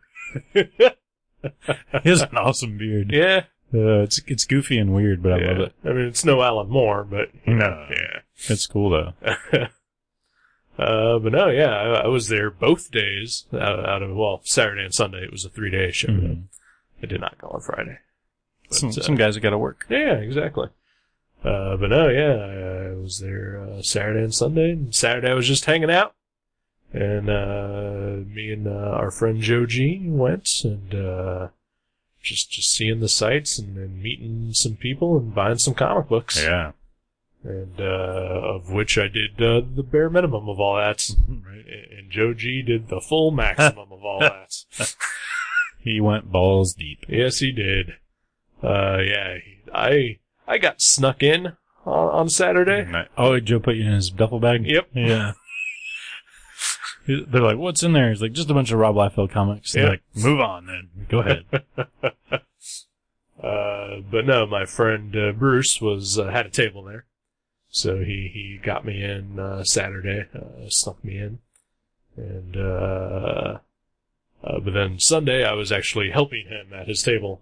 S2: he has an awesome beard.
S1: yeah,
S2: Uh, it's it's goofy and weird, but I
S1: yeah.
S2: love it.
S1: I mean, it's no Alan Moore, but
S2: No.
S1: yeah.
S2: It's cool though.
S1: Uh, but no, yeah, I, I was there both days out, out of well Saturday and Sunday. It was a three day show.
S2: Mhm.
S1: I did not go on Friday. But,
S2: Some,
S1: uh,
S2: some guys have got to work.
S1: Yeah, exactly. Uh, but no, yeah, I was there uh, Saturday and Sunday. And Saturday I was just hanging out, and uh, me and uh, our friend Joe G went and uh, just just seeing the sights and, and meeting some people and buying some comic books.
S2: Yeah.
S1: and uh, of which I did uh, the bare minimum of all that,
S2: right?
S1: and Joe G did the full maximum of all that.
S2: He went balls deep.
S1: Yes, he did. Uh, yeah, I I got snuck in on, on Saturday.
S2: Nice. Oh, Joe put you in his duffel bag?
S1: Yep.
S2: Yeah. They're like, what's in there? He's like, just a bunch of Rob Liefeld comics. They're
S1: Yeah.
S2: like, move on then. Go ahead.
S1: Uh, but no, my friend uh, Bruce was uh, had a table there, so he he got me in uh, Saturday, uh, snuck me in, and uh, uh, but then Sunday I was actually helping him at his table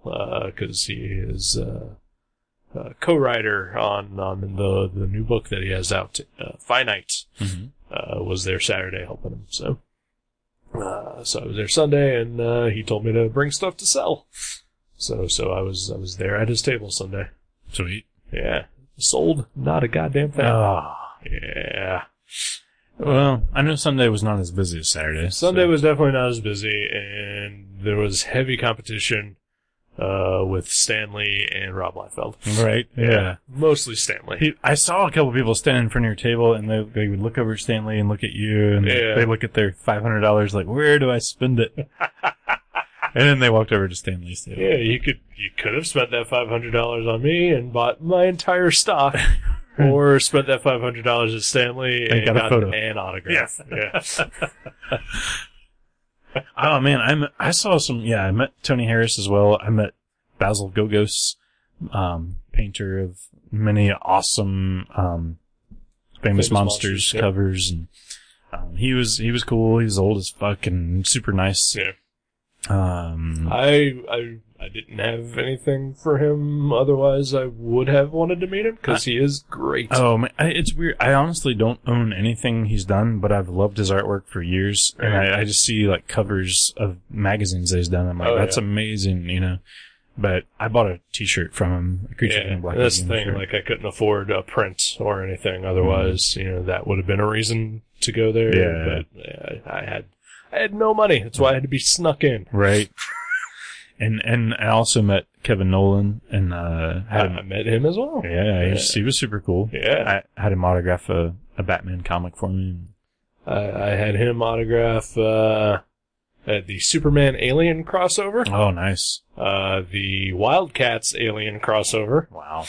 S1: because he is uh, a co-writer on on the the new book that he has out, uh, Finite.
S2: hmm
S1: uh, was there Saturday helping him. So, uh, so I was there Sunday, and uh, he told me to bring stuff to sell. So, so I was I was there at his table Sunday.
S2: Sweet.
S1: Yeah, sold not a goddamn thing.
S2: Ah.
S1: yeah,
S2: Well, I know Sunday was not as busy as Saturday.
S1: Sunday
S2: so-
S1: was definitely not as busy, and there was heavy competition uh, with Stanley and Rob Liefeld.
S2: Right. Yeah.
S1: mostly Stanley.
S2: He, I saw a couple people standing in front of your table, and they, they would look over at Stanley and look at you, and
S1: Yeah.
S2: they look at their five hundred dollars, like where do I spend it? and then they walked over to Stanley's table.
S1: yeah, you could you could have spent that five hundred dollars on me and bought my entire stock, or spent that five hundred dollars at Stanley and,
S2: got a photo.
S1: an autograph. Yeah,
S2: Oh man, I met- I saw some. Yeah, I met Tony Harris as well. I met Basil Gogos, um, painter of many awesome um, famous,
S1: Famous
S2: monsters,
S1: Monsters, yeah.
S2: covers, and um, he was he was cool. He was old as fuck and super nice.
S1: Yeah.
S2: Um,
S1: I I I didn't have anything for him. Otherwise, I would have wanted to meet him because he is great.
S2: Oh, man, I- it's weird. I honestly don't own anything he's done, but I've loved his artwork for years, and I, I just see like covers of magazines that he's done. I'm like,
S1: Oh,
S2: that's
S1: yeah.
S2: amazing, you know. But I bought a T-shirt from him, a creature
S1: yeah,
S2: in black.
S1: that's the
S2: Alien
S1: thing.
S2: shirt.
S1: Like I couldn't afford a print or anything. Otherwise, you know that would have been a reason to go there.
S2: Mm. Yeah.
S1: but yeah, I had I had no money. That's why I had to be snuck in.
S2: right? and and I also met Kevin Nolan and uh,
S1: I,
S2: had
S1: I
S2: him.
S1: met him as well.
S2: Yeah, he was, he was super cool.
S1: Ah, yeah.
S2: I had him autograph a, a Batman comic for me.
S1: I, I had him autograph uh, uh, the Superman Alien crossover,
S2: Oh, nice!
S1: uh, the Wildcats Alien crossover,
S2: Wow.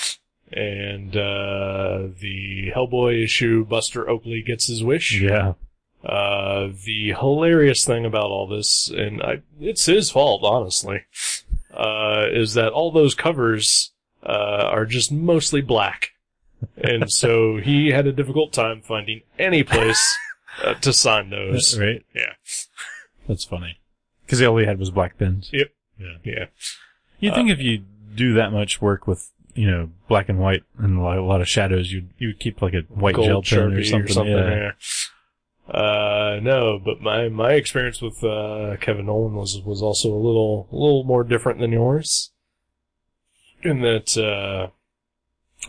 S1: and uh, the Hellboy issue Buster Oakley gets his wish.
S2: Yeah.
S1: Uh, the hilarious thing about all this, and I, it's his fault, honestly, uh, is that all those covers uh, are just mostly black. And so he had a difficult time finding any place uh, to sign those.
S2: Right.
S1: Yeah.
S2: That's funny. Because all he had was black pens.
S1: Yep.
S2: Yeah.
S1: Yeah.
S2: You think if you do that much work with you know black and white and a lot, a lot of shadows, you'd you would keep like a white gel
S1: Gold
S2: pen
S1: Sharpie
S2: or something. yeah.
S1: yeah. Uh, no, but my, my experience with, uh, Kevin Nolan was, was also a little, a little more different than yours. In that, uh,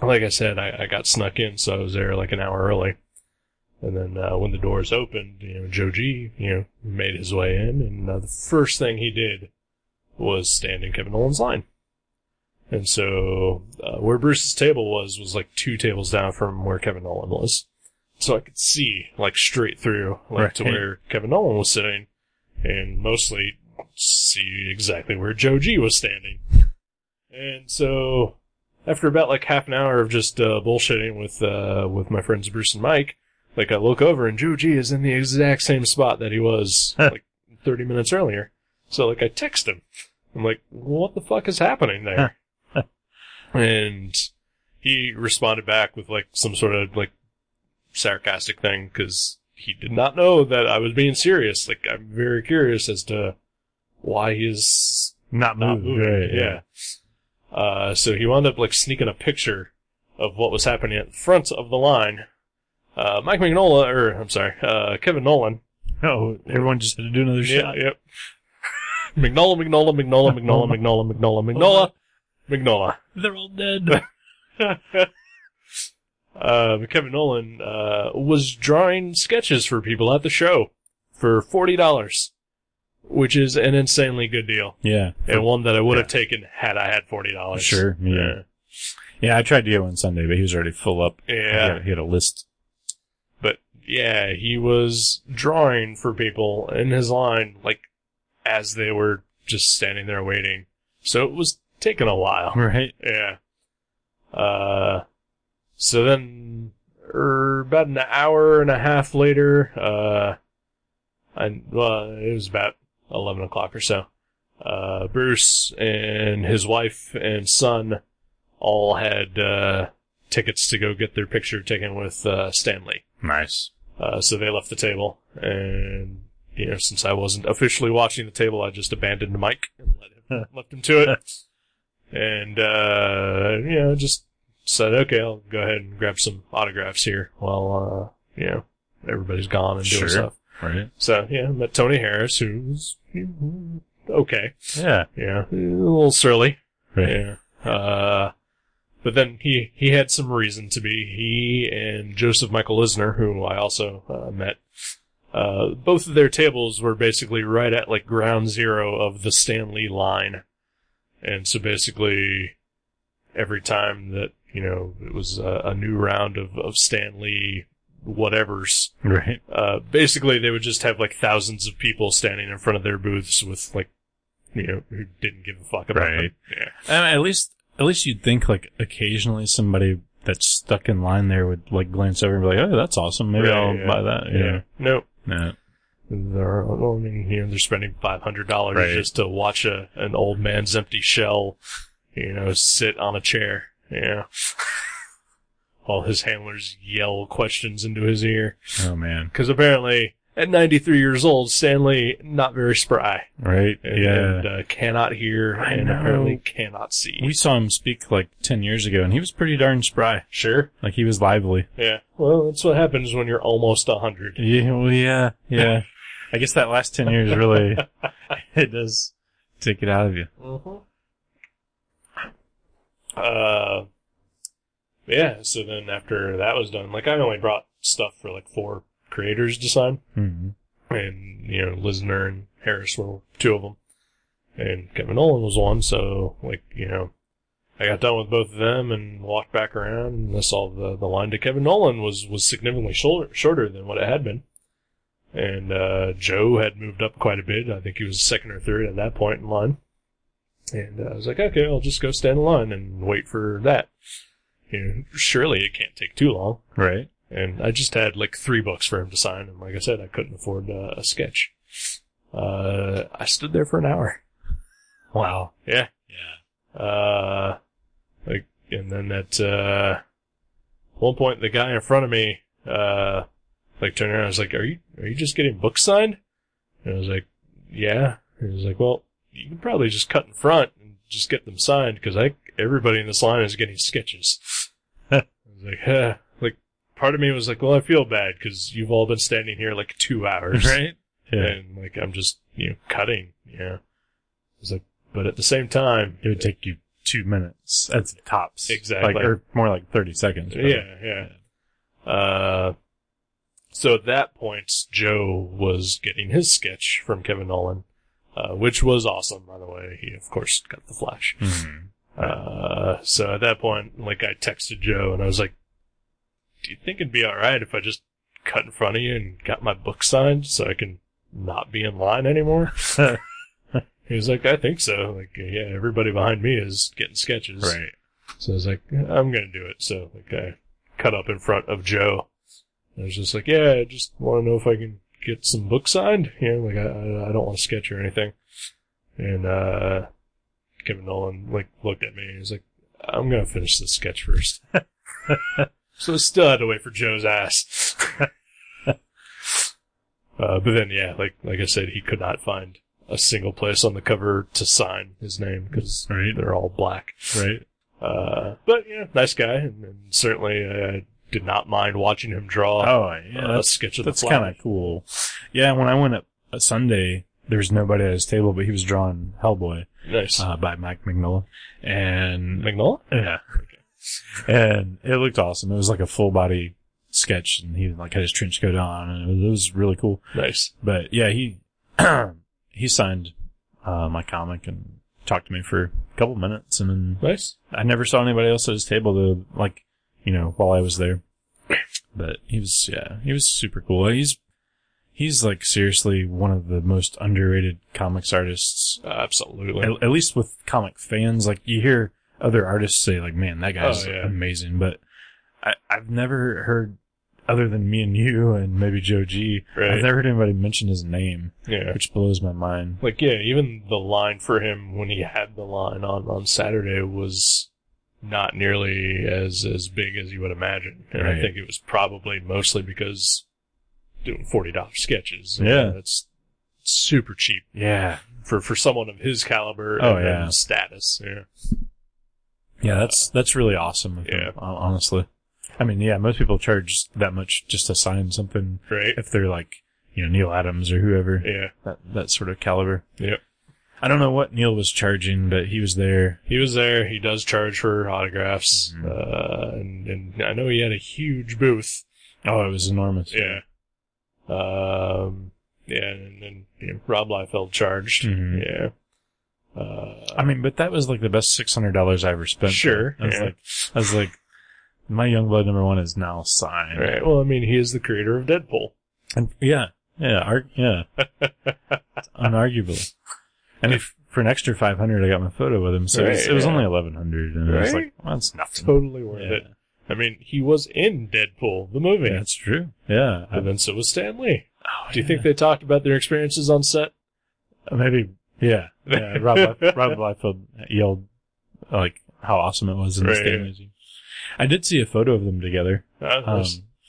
S1: like I said, I, I got snuck in, so I was there like an hour early. And then, uh, when the doors opened, you know, Joe G, you know, made his way in, and uh, the first thing he did was stand in Kevin Nolan's line. And so, uh, where Bruce's table was, was like two tables down from where Kevin Nolan was. So I could see, like, straight through, like, to
S2: Right.
S1: where Kevin Nolan was sitting, and mostly see exactly where Joe G was standing. And so, after about like half an hour of just, uh, bullshitting with, uh, with my friends Bruce and Mike, like, I look over and Joe G is in the exact same spot that he was, like, 30 minutes earlier. So, like, I text him. I'm like, what the fuck is happening there? and he responded back with like some sort of like sarcastic thing because he did not know that I was being serious. Like, I'm very curious as to why he is
S2: Not
S1: not
S2: moving.
S1: moving.
S2: right,
S1: yeah. Uh, so he wound up like sneaking a picture of what was happening at the front of the line. Uh, Mike Mignola, or I'm sorry, uh, Kevin Nolan
S2: Oh, everyone just had to do another
S1: yeah,
S2: shot.
S1: Yep. Magnola, Magnola, Magnola, Magnola, Magnola, Magnola, Magnola,
S2: They're all dead.
S1: Magnola. uh, but Kevin Nolan uh, was drawing sketches for people at the show for forty dollars, which is an insanely good deal
S2: yeah.
S1: and one that I would have taken had I had forty dollars.
S2: Sure. Yeah. Yeah, I tried to get one Sunday, but he was already full up. He
S1: Yeah.
S2: had, he had a list.
S1: But yeah, he was drawing for people in his line, like as they were just standing there waiting. So it was taking a while.
S2: Right.
S1: Yeah. Uh, so then, er, about an hour and a half later, uh, I, well, it was about 11 o'clock or so, uh, Bruce and his wife and son all had, uh, tickets to go get their picture taken with, uh, Stanley.
S2: Nice.
S1: Uh, so they left the table and, you know, since I wasn't officially watching the table, I just abandoned Mike and let him, left him to it and uh you know just said okay i'll go ahead and grab some autographs here while uh you know everybody's gone and doing
S2: Sure.
S1: stuff
S2: right.
S1: so yeah I met tony harris who was you know, okay
S2: Yeah.
S1: yeah a little surly
S2: Right.
S1: yeah uh but then he he had some reason to be he and joseph michael isner who i also uh, met uh, both of their tables were basically right at like ground zero of the Stanley line. And so basically every time that, you know, it was a, a new round of, of Stanley whatevers,
S2: Right.
S1: uh, basically they would just have like thousands of people standing in front of their booths with like, you know, who didn't give a fuck about
S2: Right.
S1: them. Yeah.
S2: And at least, at least you'd think like occasionally somebody that's stuck in line there would like glance over and be like, "Oh, that's awesome. Maybe
S1: Right,
S2: I'll
S1: yeah.
S2: buy that." Yeah.
S1: Nope.
S2: Yeah.
S1: They're, I mean, you know, they're spending five hundred dollars
S2: Right.
S1: just to watch a an old man's empty shell, you know, sit on a chair. Yeah. While his handlers yell questions into his ear,
S2: Oh man.
S1: because apparently at ninety three years old, Stanley not very spry,
S2: Right.
S1: and,
S2: yeah.
S1: and, uh, cannot hear,
S2: I
S1: and
S2: know.
S1: apparently cannot see.
S2: we saw him speak like ten years ago, and he was pretty darn spry.
S1: sure,
S2: Like he was lively.
S1: yeah. Well, that's what happens when you're almost hundred.
S2: Yeah, well, yeah, yeah. I guess that last ten years really it does take it out of you.
S1: Mm-hmm. Uh, yeah. So then after that was done, like I only brought stuff for like four creators to sign,
S2: Mm-hmm.
S1: and you know Lisner and Harris were two of them, and Kevin Nolan was one. So like you know, I got done with both of them and walked back around, and I saw the the line to Kevin Nolan was was significantly shorter shorter than what it had been. And uh, Joe had moved up quite a bit. I think he was second or third at that point in line. And uh, I was like, okay, I'll just go stand in line and wait for that. You know, surely it can't take too long.
S2: Right.
S1: And I just had like three books for him to sign, and like I said, I couldn't afford uh, a sketch. Uh, I stood there for an hour.
S2: Wow.
S1: Yeah.
S2: Yeah.
S1: Uh, like, and then at uh, one point, the guy in front of me, uh, like turned around, and was like, "Are you are you just getting books signed?" And I was like, "Yeah." He was like, "Well, you can probably just cut in front and just get them signed because I everybody in this line is getting sketches." I was like, "Huh." Like, part of me was like, "Well, I feel bad because you've all been standing here like two hours,
S2: Right. Yeah.
S1: And like, I'm just you know cutting, you know." I was like, but at the same time,
S2: It would take you two minutes at the tops.
S1: Exactly.
S2: Like, or more like thirty seconds. but-
S1: Yeah, yeah. Uh, so at that point, Joe was getting his sketch from Kevin Nolan, uh, which was awesome, by the way. He, of course, got the flash.
S2: Mhm.
S1: Uh, so at that point, like, I texted Joe and I was like, do you think it'd be alright if I just cut in front of you and got my book signed so I can not be in line anymore? he was like, I think so. Like, yeah, everybody behind me is getting sketches.
S2: Right.
S1: So I was like, I'm gonna do it. So like I cut up in front of Joe. I was just like, yeah, I just want to know if I can get some book signed. You know, like I- I, I don't want to sketch or anything. And uh, Kevin Nolan like looked at me and he's like, I'm gonna finish this sketch first. so I still had to wait for Joe's ass. uh, but then yeah, like like I said, he could not find a single place on the cover to sign his name because
S2: Right.
S1: they're all black.
S2: Right.
S1: Uh, but yeah, nice guy, and, and certainly I did not mind watching him draw
S2: Oh yeah.
S1: a
S2: That's,
S1: sketch of
S2: that's
S1: the fly.
S2: kind of cool. Yeah. When I went up a Sunday, there was nobody at his table, but he was drawing Hellboy
S1: nice.
S2: uh, by Mike Mignola, and
S1: Magnola?
S2: Yeah. And it looked awesome. It was like a full body sketch and he like had his trench coat on and it was, it was really cool.
S1: Nice.
S2: But yeah, he, he signed, uh, my comic and talked to me for a couple minutes, and then
S1: Nice.
S2: I never saw anybody else at his table though, like, you know, while I was there. But he was, yeah, he was super cool. He's, he's like seriously one of the most underrated comics artists,
S1: Absolutely.
S2: at, at least with comic fans. Like you hear other artists say like, man, that guy's
S1: Oh, yeah.
S2: amazing, but I, I've never heard other than me and you and maybe Joe G. have
S1: Right.
S2: never heard anybody mention his name,
S1: yeah.
S2: which blows my mind.
S1: Like yeah, even the line for him when he had the line on on Saturday was not nearly as as big as you would imagine, and
S2: Right.
S1: I think it was probably mostly because doing forty dollar sketches. you
S2: Yeah.
S1: know, it's super cheap
S2: Yeah.
S1: for for someone of his caliber
S2: Oh,
S1: and,
S2: yeah.
S1: and status. Yeah,
S2: Yeah, that's that's really awesome. Of yeah,
S1: Yeah.
S2: honestly, I mean, yeah, most people charge that much just to sign something
S1: right.
S2: if they're like you know Neil Adams or whoever
S1: Yeah,
S2: that that sort of caliber.
S1: Yep.
S2: I don't know what Neil was charging, but he was there.
S1: he was there. He does charge for autographs,
S2: Mhm.
S1: uh, and and I know he had a huge booth.
S2: Oh, it was enormous.
S1: Yeah. Um. Yeah, and then you know, Rob Liefeld charged.
S2: Mhm.
S1: Yeah. Uh,
S2: I mean, but that was like the best six hundred dollars I ever spent.
S1: Sure,
S2: I was
S1: yeah.
S2: like, I was like, my Youngblood number one is now signed.
S1: right. Well, I mean, he is the creator of Deadpool.
S2: And yeah, yeah, ar- yeah, unarguably. And if for an extra five hundred, I got my photo with him, so it was,
S1: Right,
S2: it was
S1: yeah.
S2: only eleven hundred, and I was
S1: Right?
S2: like, well, that's nothing.
S1: Totally worth
S2: yeah.
S1: it. I mean, he was in Deadpool, the movie,
S2: That's true. Yeah. I-
S1: and then so was Stan Lee.
S2: oh,
S1: Do you think they talked about their experiences on set?
S2: yeah. maybe? Yeah. yeah. Rob, Lief- Rob Liefeld yelled like how awesome it was in the
S1: Right,
S2: Stan
S1: yeah.
S2: Lee scene. I did see a photo of them together
S1: Uh,
S2: um,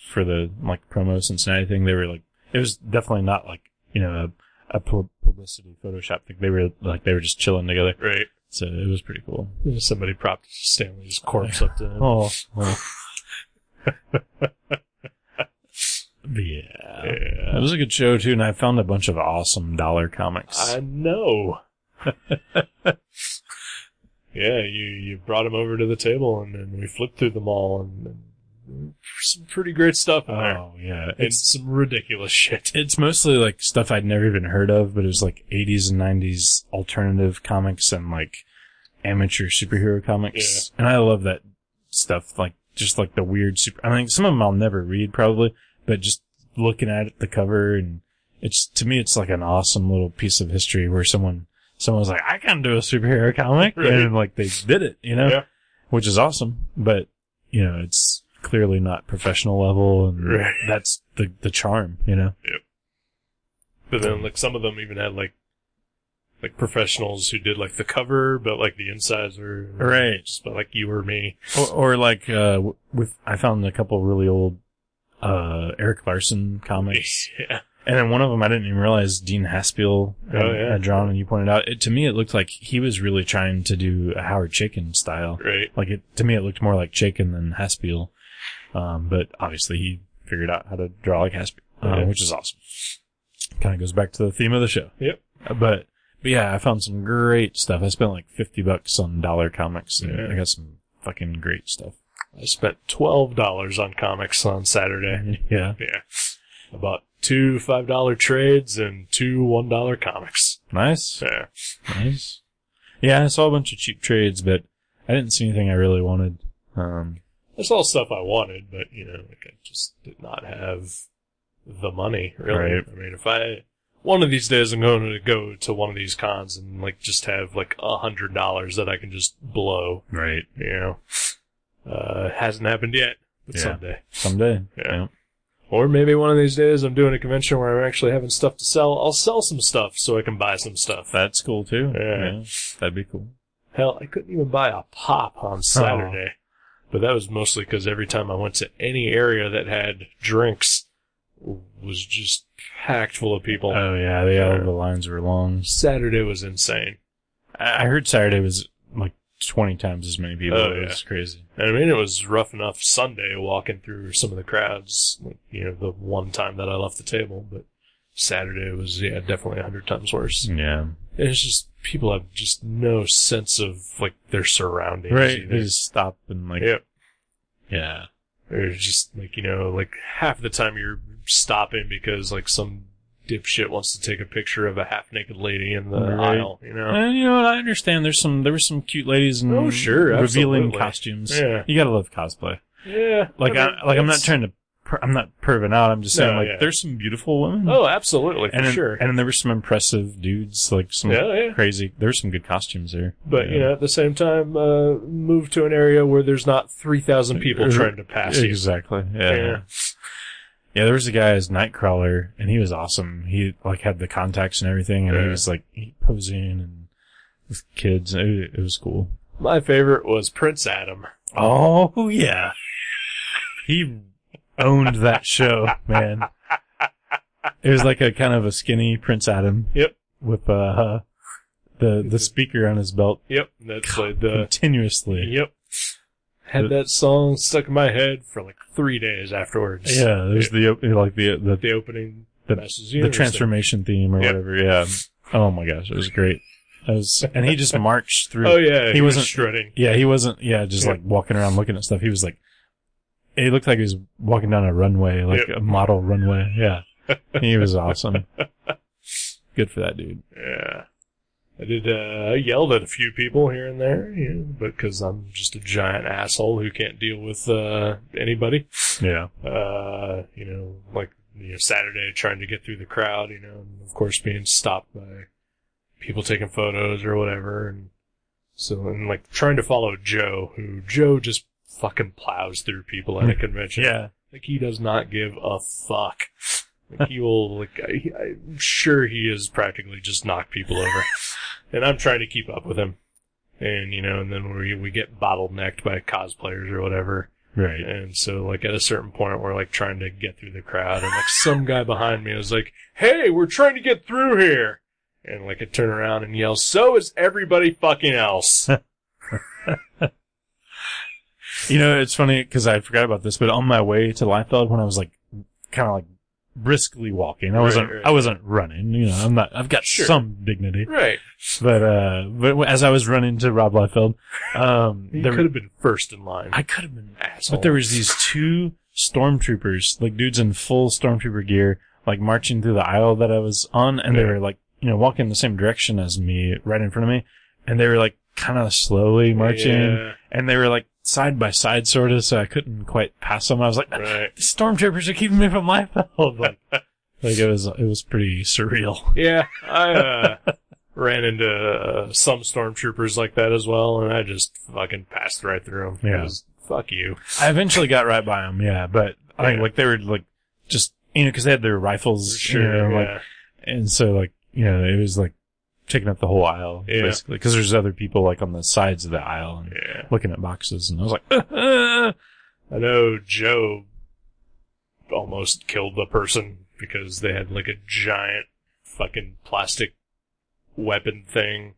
S2: for the like promo Cincinnati thing. They were like, it was definitely not like you know a, a pu- publicity Photoshop thing. They were like they were just chilling together,
S1: right.
S2: so it was pretty cool.
S1: Somebody propped Stan Lee's corpse up to him.
S2: Oh, well. yeah. It
S1: Yeah.
S2: was a good show too, and I found a bunch of awesome dollar comics.
S1: I know. yeah, you you brought him over to the table, and, and we flipped through them all, and, and some pretty great stuff in there,
S2: oh yeah,
S1: and
S2: it's
S1: some ridiculous shit.
S2: it's mostly like stuff I'd never even heard of, but it was like 80s and 90s alternative comics and like amateur superhero comics, and I love that stuff. Like just like the weird super. I mean, some of them I'll never read probably, but just looking at it, the cover and it's to me, it's like an awesome little piece of history where someone someone was like, I can do a superhero comic,
S1: Right.
S2: and like they did it, you know,
S1: Yeah.
S2: which is awesome. But you know, it's clearly not professional level, and
S1: Right.
S2: that's the the charm, you know.
S1: But then, like, some of them even had, like, like professionals who did, like, the cover, but, like, the insides were,
S2: Right.
S1: just about, like, you or me.
S2: Or, or like uh, w- with I found a couple really old uh Eric Larson comics.
S1: yeah.
S2: And then one of them, I didn't even realize Dean Haspiel had,
S1: Oh, yeah.
S2: had drawn, and you pointed out. It, to me, it looked like he was really trying to do a Howard Chaykin style.
S1: Right.
S2: Like it to me, it looked more like Chaykin than Haspiel. Um, but obviously, he figured out how to draw like Haspiel, um,
S1: Yeah.
S2: which is awesome. Kind of goes back to the theme of the show.
S1: Yep.
S2: Uh, But but yeah, I found some great stuff. I spent like fifty bucks on dollar comics, and
S1: Yeah.
S2: I got some fucking great stuff.
S1: I spent $12 on comics on Saturday.
S2: Yeah,
S1: Yeah. I bought two $5 trades and two $1 comics.
S2: nice,
S1: Yeah.
S2: nice. Yeah, I saw a bunch of cheap trades, but I didn't see anything I really wanted. Um,
S1: That's all stuff I wanted, but, you know, like, I just did not have the money, really.
S2: Right.
S1: I mean, if I, one of these days I'm going to go to one of these cons and, like, just have, like, a hundred dollars that I can just blow.
S2: right.
S1: you know, uh, hasn't happened yet, but
S2: Yeah.
S1: someday.
S2: Someday.
S1: Yeah. Or maybe one of these days I'm doing a convention where I'm actually having stuff to sell. I'll sell some stuff so I can buy some stuff.
S2: That's cool too.
S1: Yeah.
S2: That'd be cool.
S1: Hell, I couldn't even buy a pop
S2: Oh.
S1: on Saturday. But that was mostly because every time I went to any area that had drinks was just packed full of people.
S2: Oh yeah, they all
S1: Sure.
S2: the lines were long.
S1: Saturday was insane.
S2: I I heard Saturday was like twenty times as many people.
S1: Oh,
S2: it
S1: yeah.
S2: was crazy.
S1: And I mean, it was rough enough Sunday walking through some of the crowds, like, you know, the one time that I left the table, but Saturday was, yeah, definitely a hundred times worse.
S2: Yeah.
S1: And it's just, people have just no sense of, like, their surroundings.
S2: Right.
S1: either.
S2: They just stop and like
S1: Yep.
S2: yeah.
S1: Or just, like, you know, like, half the time you're stopping because, like, some dipshit wants to take a picture of a half naked lady in the
S2: Right.
S1: aisle, you know?
S2: And you know what? I understand. There's some there were some cute ladies in
S1: Oh, sure,
S2: revealing
S1: absolutely.
S2: costumes.
S1: Yeah.
S2: You gotta love cosplay.
S1: Yeah.
S2: Like
S1: I
S2: I,
S1: mean,
S2: like I'm not
S1: it's-
S2: trying to per, I'm not perving out. I'm just saying
S1: No,
S2: like
S1: yeah.
S2: there's some beautiful women.
S1: Oh, absolutely, for
S2: and then-
S1: sure.
S2: And then there were some impressive dudes. Like some
S1: yeah, yeah.
S2: crazy. There were some good costumes there.
S1: But you know, at the same time, uh, move to an area where there's not three thousand people
S2: Ex-
S1: trying to pass you.
S2: exactly. Yeah. yeah.
S1: Yeah.
S2: there was a guy as Nightcrawler, and he was awesome. He like had the contacts and everything, and he
S1: Yeah.
S2: was like posing and with kids. and It, it was cool.
S1: My favorite was Prince Adam.
S2: Oh yeah, he owned that show, man. It was like a kind of a skinny Prince Adam.
S1: Yep.
S2: With uh, the the speaker on his belt
S1: Yep, that played the.
S2: continuously.
S1: Yep, had that song stuck in my head for like three days afterwards.
S2: Yeah, there's the op- like the the
S1: the opening
S2: The-
S1: message,
S2: the transformation theme or
S1: Yep.
S2: whatever. Yeah. Oh my gosh, it was great. That was, and he just marched through.
S1: Oh yeah, he, was
S2: wasn't-
S1: shredding.
S2: Yeah, he wasn't. Yeah, just
S1: Yeah.
S2: like walking around looking at stuff. He was like, it looked like he was walking down a runway, like
S1: Yep.
S2: a model runway. Yeah, he was awesome. Good for that dude.
S1: Yeah. I did, uh, I yelled at a few people here and there, you know, because I'm just a giant asshole who can't deal with, uh, anybody.
S2: Yeah,
S1: Uh, you know, like, you know, Saturday trying to get through the crowd, you know, and of course being stopped by people taking photos or whatever. And so, and like trying to follow Joe, who Joe just fucking plows through people at a convention.
S2: Hmm. yeah.
S1: Like he does not give a fuck. Like he will, like I, I'm sure he has practically just knocked people over, and I'm trying to keep up with him. And you know, and then we we get bottlenecked by cosplayers or whatever.
S2: Right.
S1: And so, like at a certain point, we're like trying to get through the crowd, and like some guy behind me is like, "Hey, we're trying to get through here," and like I turn around and yell, "So is everybody fucking else."
S2: You know, it's funny because I forgot about this, but on my way to Liefeld, when I was like, kind of like briskly walking, I
S1: Right,
S2: wasn't,
S1: right.
S2: I wasn't running. You know, I'm not. I've got
S1: Sure.
S2: some dignity.
S1: right?
S2: But uh, but as I was running to Rob Liefeld, um,
S1: You
S2: there-
S1: could have been first in line,
S2: I could have been,
S1: asshole.
S2: but there was these two stormtroopers, like dudes in full stormtrooper gear, like marching through the aisle that I was on, and they
S1: Yeah.
S2: were like, you know, walking the same direction as me, right in front of me, and they were like kind of slowly marching,
S1: Yeah,
S2: and they were like side by side, sort of, so I couldn't quite pass them. I was like,
S1: right.
S2: the stormtroopers are keeping me from Liefeld. Like, like it was, it was pretty surreal.
S1: Yeah, I uh, ran into uh, some stormtroopers like that as well, and I just fucking passed right through them.
S2: Yeah.
S1: fuck you.
S2: I eventually got right by them, yeah, but I think
S1: Yeah.
S2: like they were like just you know because they had their rifles, you know, like
S1: yeah.
S2: and so like you know it was like taking up the whole aisle
S1: Yeah.
S2: basically because there's other people like on the sides of the aisle and
S1: yeah.
S2: looking at boxes, and I was like, "Uh,
S1: I know Joe almost killed the person because they had like a giant fucking plastic weapon thing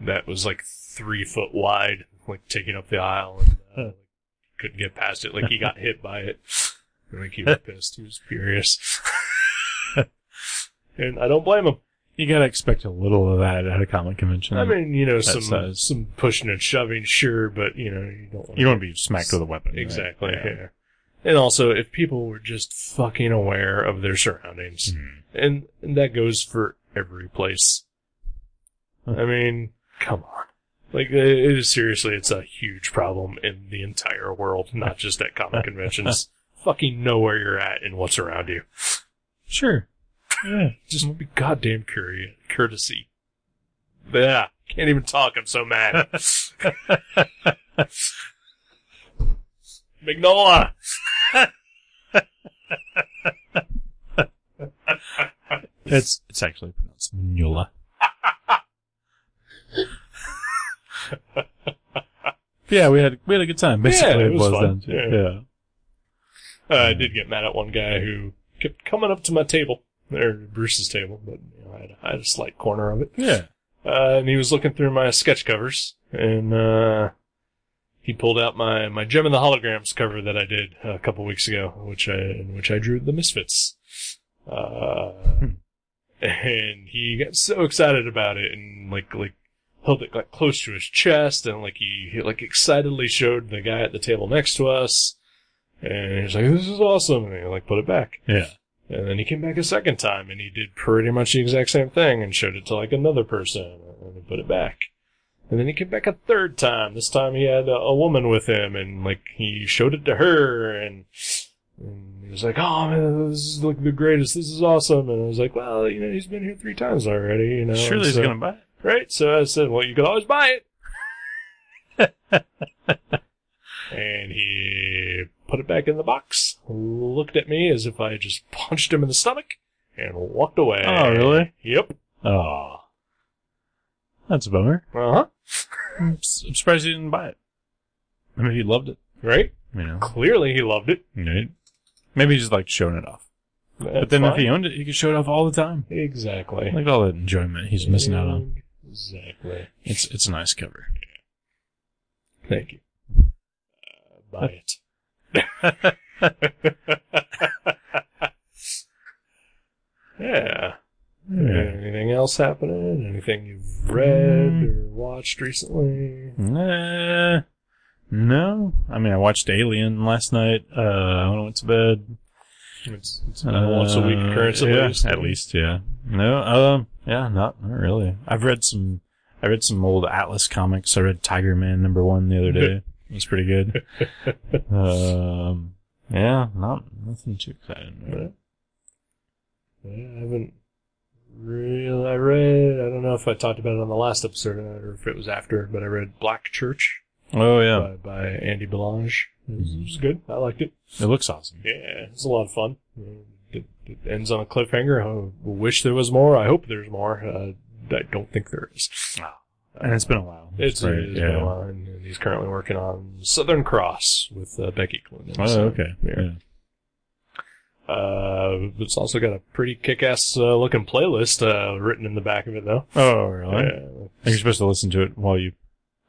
S1: that was like three foot wide, like taking up the aisle, and uh, couldn't get past it. Like he got hit by it. I think he was pissed. He was furious, and I don't blame him.
S2: you gotta expect a little of that at a comic convention.
S1: I mean, you know, some
S2: Hmm. size.
S1: some pushing and shoving, sure, but you know, you don't. wanna
S2: you don't want to be smacked with a weapon, right?
S1: Exactly.
S2: Yeah.
S1: Yeah. And also, if people were just fucking aware of their surroundings,
S2: Mhm.
S1: and, and that goes for every place. I mean, come on. Like, it it is seriously, it's a huge problem in the entire world, not just at comic conventions. fucking know where you're at and what's around you.
S2: Sure. Yeah.
S1: Just be goddamn curious, courtesy. Yeah, can't even talk. I'm so mad. Magnola.
S2: It's it's actually pronounced Mula. yeah, we had we had a good time. Basically,
S1: Yeah, it
S2: it,
S1: was
S2: was
S1: fun.
S2: down to-
S1: Yeah.
S2: yeah.
S1: Uh, I did get mad at one guy who kept coming up to my table, or Bruce's table, but you know, I, had, I had a slight corner of it.
S2: yeah,
S1: Uh, and he was looking through my sketch covers, and uh, he pulled out my my Gem and the Holograms cover that I did a couple weeks ago, which I in which I drew the Misfits. Uh, and he got so excited about it, and like like held it like close to his chest, and like he, he like excitedly showed the guy at the table next to us, and he was like, "This is awesome," and he like put it back.
S2: yeah.
S1: And then he came back a second time and he did pretty much the exact same thing and showed it to like another person and he put it back. And then he came back a third time. This time he had a, a woman with him and like he showed it to her and, and he was like, "Oh man, this is like the greatest. This is awesome." And I was like, "Well, you know, he's been here three times already. You know,
S2: Surely
S1: and
S2: he's
S1: so-
S2: gonna buy it.
S1: right." So I said, "Well, you can always buy it." and he put it back in the box, looked at me as if I had just punched him in the stomach, and walked away.
S2: Oh, really?
S1: Yep.
S2: Oh, that's a bummer.
S1: Uh huh.
S2: I'm s- I'm surprised he didn't buy it. I mean, he loved it.
S1: Right.
S2: You know,
S1: Clearly, he loved it.
S2: Right? Maybe he just liked showing it off. but
S1: That's
S2: then if
S1: fine.
S2: he owned it, he could show it off all the time.
S1: exactly
S2: Like all that enjoyment he's missing out on.
S1: Exactly.
S2: It's it's a nice cover.
S1: Thank you. Uh, buy it. yeah. Anything else happening? Anything you've read or watched recently?
S2: Uh, no, I mean I watched Alien last night. Uh, when I went to bed.
S1: It's, it's been a once a week
S2: Uh,
S1: occurrence at
S2: yeah,
S1: least.
S2: At least, yeah. No, um, yeah, not not really. I've read some. I read some old Atlas comics. I read Tiger Man number one the other day. it was pretty good. um, yeah, not nothing too
S1: Yeah,
S2: exciting.
S1: I haven't really. I read. I don't know if I talked about it on the last episode or if it was after, but I read Black Church
S2: Oh Mm-hmm.
S1: by,
S2: yeah,
S1: by Andy Belange. It was, it was good. I liked it.
S2: it looks awesome.
S1: Yeah, it's a lot of fun. It, it ends on a cliffhanger. I wish there was more. I hope there's more. Uh, I don't think there is.
S2: And it's been a while.
S1: It's,
S2: Right,
S1: it's
S2: yeah.
S1: been a while, and, and he's currently working on Southern Cross with uh, Becky Cloonan.
S2: Oh,
S1: So,
S2: okay.
S1: yeah. Uh, it's also got a pretty kick-ass uh, looking playlist uh, written in the back of it, though.
S2: Oh, really?
S1: Yeah.
S2: I think you're supposed to listen to it while you.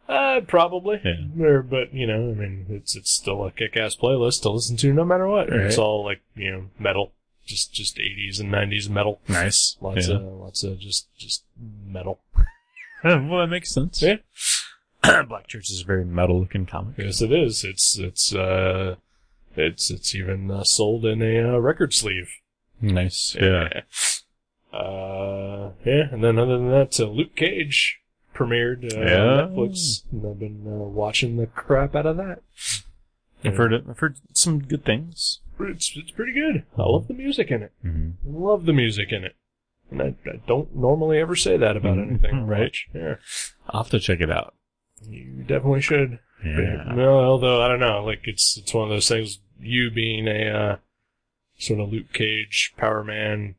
S1: Uh, probably.
S2: Yeah.
S1: Or, but you know, I mean, it's it's still a kick-ass playlist to listen to no matter what. It's
S2: Right.
S1: all like you know metal, just just 80s and 90s metal.
S2: Nice.
S1: Lots
S2: yeah.
S1: of lots of just just metal.
S2: well, that makes sense.
S1: Yeah.
S2: Black Church is a very metal looking comic.
S1: Yes, it is. It's it's uh, it's it's even uh, sold in a uh, record sleeve.
S2: Nice. Yeah.
S1: Uh, yeah, and then other than that, uh, Luke Cage premiered uh,
S2: Yeah.
S1: on Netflix, and I've been uh, watching the crap out of that.
S2: I've heard it. I've heard some good things.
S1: It's it's pretty good. I love the music in it.
S2: Mm-hmm.
S1: Love the music in it. And I, I don't normally ever say that about
S2: Mm,
S1: anything. I
S2: right.
S1: watch. Yeah,
S2: I'll have to check it out.
S1: you definitely should.
S2: Yeah.
S1: No, although I don't know, like it's it's one of those things. You being a uh, sort of Luke Cage Power Man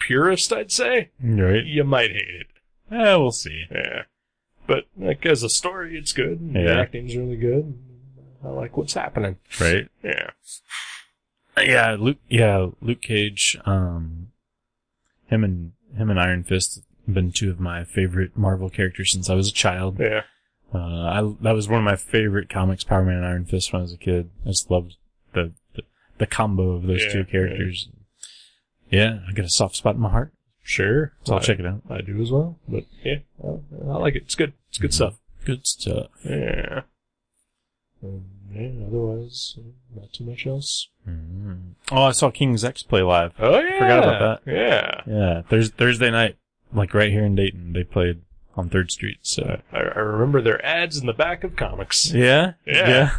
S1: purist, I'd say
S2: Right.
S1: you might hate it.
S2: Yeah, we'll see.
S1: Yeah, but like as a story, it's good. and The
S2: Yeah.
S1: acting's really good. I like what's happening.
S2: Right.
S1: Yeah,
S2: Yeah, Luke. Yeah, Luke Cage. Um, him and him and Iron Fist have been two of my favorite Marvel characters since I was a child.
S1: yeah.
S2: Uh, I that was one of my favorite comics, Power Man and Iron Fist, when I was a kid. I just loved the the, the combo of those
S1: Yeah,
S2: two characters. Yeah. I got a soft spot in my heart,
S1: Sure,
S2: so I'll
S1: I,
S2: check it out.
S1: I do as well. But yeah, I, I like it. It's good. It's good
S2: Mhm.
S1: stuff.
S2: Good stuff.
S1: Yeah. Um, yeah. Otherwise, uh, not too much else.
S2: Mhm. Oh, I saw King's X play live.
S1: Oh yeah,
S2: Forgot about
S1: that. Yeah.
S2: Yeah, Thurs Thursday night, like right here in Dayton, they played on Third Street. So
S1: I, I remember their ads in the back of comics.
S2: yeah,
S1: Yeah.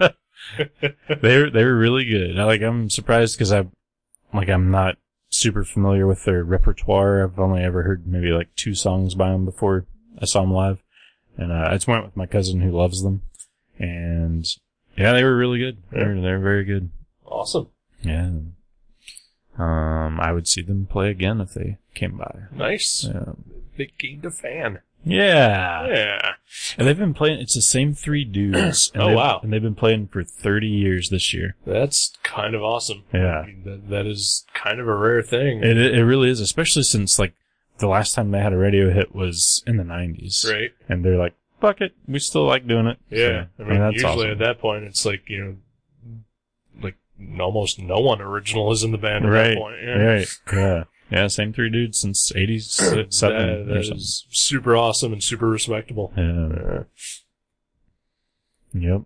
S2: yeah. they were they were really good. I, like I'm surprised because I like I'm not super familiar with their repertoire. I've only ever heard maybe like two songs by them before I saw them live, and uh, I just went with my cousin who loves them, and yeah, they were really good.
S1: Yeah.
S2: They're they're very good.
S1: Awesome.
S2: Yeah. Um, I would see them play again if they came by.
S1: Nice.
S2: Yeah.
S1: Big gained a fan.
S2: Yeah.
S1: Yeah.
S2: And they've been playing, it's the same three dudes. And
S1: Oh,
S2: they've-
S1: wow.
S2: And they've been playing for 30 years this year.
S1: That's kind of awesome.
S2: Yeah.
S1: I mean, that, that is kind of a rare thing.
S2: It, it really is, especially since like the last time they had a radio hit was in the 90s.
S1: right?
S2: And they're like, fuck it. We still like doing it.
S1: Yeah.
S2: So,
S1: I mean, usually at that point, it's like, you know, like almost no one original is in the band at
S2: Right.
S1: that point. Yeah.
S2: Right. Yeah. Yeah. Same three dudes since 87
S1: uh, That-
S2: or
S1: that
S2: something.
S1: is super awesome and super respectable.
S2: Yeah.
S1: Yeah.
S2: Yep.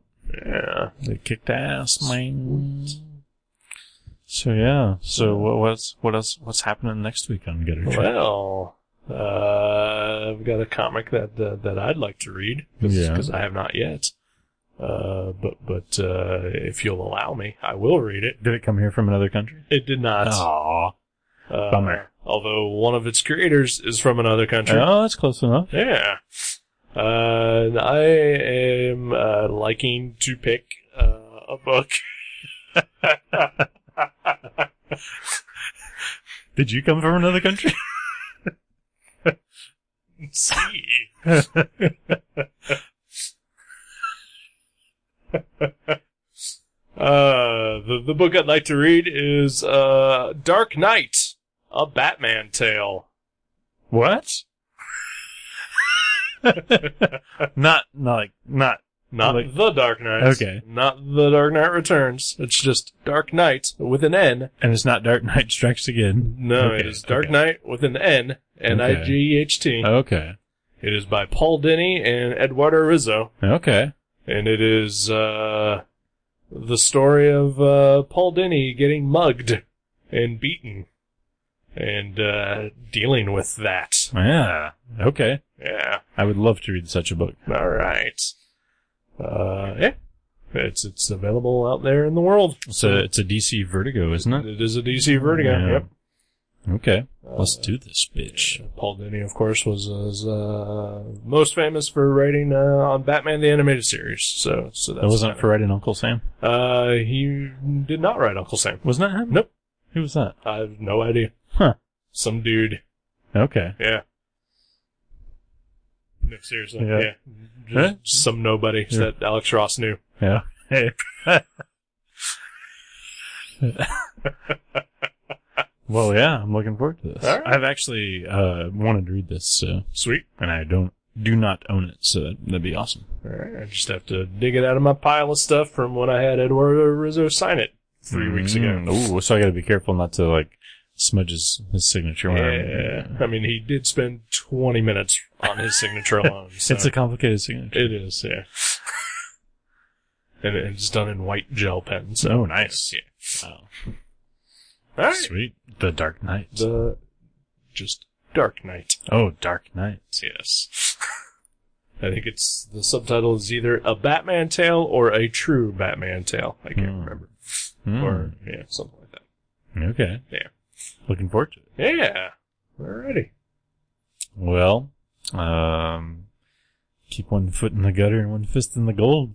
S1: yeah.
S2: They kicked ass, man. So yeah. So what what's what else what's happening next week on Getter Trip?
S1: Well, uh, I've got a comic that uh, that I'd like to read
S2: Yeah.
S1: because I have not yet. Uh, but but uh, if you'll allow me, I will read it.
S2: Did it come here from another country?
S1: It did not.
S2: Aw.
S1: Uh,
S2: bummer.
S1: Although one of its creators is from another country.
S2: Oh, that's close enough.
S1: Yeah. Uh, I am uh, liking to pick uh, a book.
S2: Did you come from another country?
S1: See, uh, the the book I'd like to read is uh, Dark Knight, a Batman Tale.
S2: what? not not like not
S1: Not
S2: Like-
S1: the Dark Knight.
S2: Okay.
S1: Not the Dark Knight Returns. It's just Dark Knight with an N.
S2: and it's not Dark Knight Strikes Again.
S1: No, it
S2: Okay,
S1: is Dark
S2: okay.
S1: Knight with an N. N I G E H T.
S2: Okay.
S1: It is by Paul Denny and Eduardo Rizzo,
S2: Okay.
S1: and it is uh, the story of uh, Paul Denny getting mugged and beaten and uh, dealing with that.
S2: Yeah. Okay.
S1: Yeah.
S2: I would love to read such a book.
S1: All right. Uh, yeah. It's it's available out there in the world.
S2: It's a it's a DC Vertigo, isn't it?
S1: It is a DC Vertigo.
S2: Yeah.
S1: Yep.
S2: Okay.
S1: Uh,
S2: Let's do this, bitch.
S1: Paul Dini, of course, was, was uh, most famous for writing uh, on Batman the Animated Series. So, so that's
S2: That wasn't
S1: kinda-
S2: for writing Uncle Sam.
S1: Uh, he did not write Uncle Sam.
S2: Wasn't that him?
S1: Nope.
S2: Who was that?
S1: I have no idea.
S2: Huh.
S1: Some dude.
S2: Okay.
S1: Yeah. No, seriously.
S2: Yeah.
S1: Yeah.
S2: Huh?
S1: Just Some nobody
S2: Yeah.
S1: that Alex Ross knew.
S2: Yeah. well, yeah, I'm looking forward to this.
S1: All right.
S2: I've actually uh, wanted to read this, so,
S1: Sweet.
S2: and I don't do not own it, so that, that'd be awesome.
S1: All right. I just have to dig it out of my pile of stuff from when I had Eduardo Rizzo sign it 3
S2: Mm-hmm.
S1: weeks ago.
S2: Ooh, so I got to be careful not to like smudge his, his signature. when I'm-
S1: Yeah. I mean, he did spend 20 minutes on his signature alone. So
S2: it's a complicated signature.
S1: it is, yeah. and it's done in white gel pen. So
S2: oh, nice.
S1: yeah.
S2: Wow.
S1: All right.
S2: Oh, Sweet. The Dark Knight.
S1: The just Dark Knight.
S2: oh, Dark Knight.
S1: Yes. I think it's the subtitle is either a Batman tale or a true Batman tale. I can't
S2: Hmm.
S1: remember.
S2: Hmm.
S1: Or yeah, something like that.
S2: okay.
S1: Yeah.
S2: Looking forward to it.
S1: Yeah. Alrighty.
S2: Well, um, keep one foot in the gutter and one fist in the gold.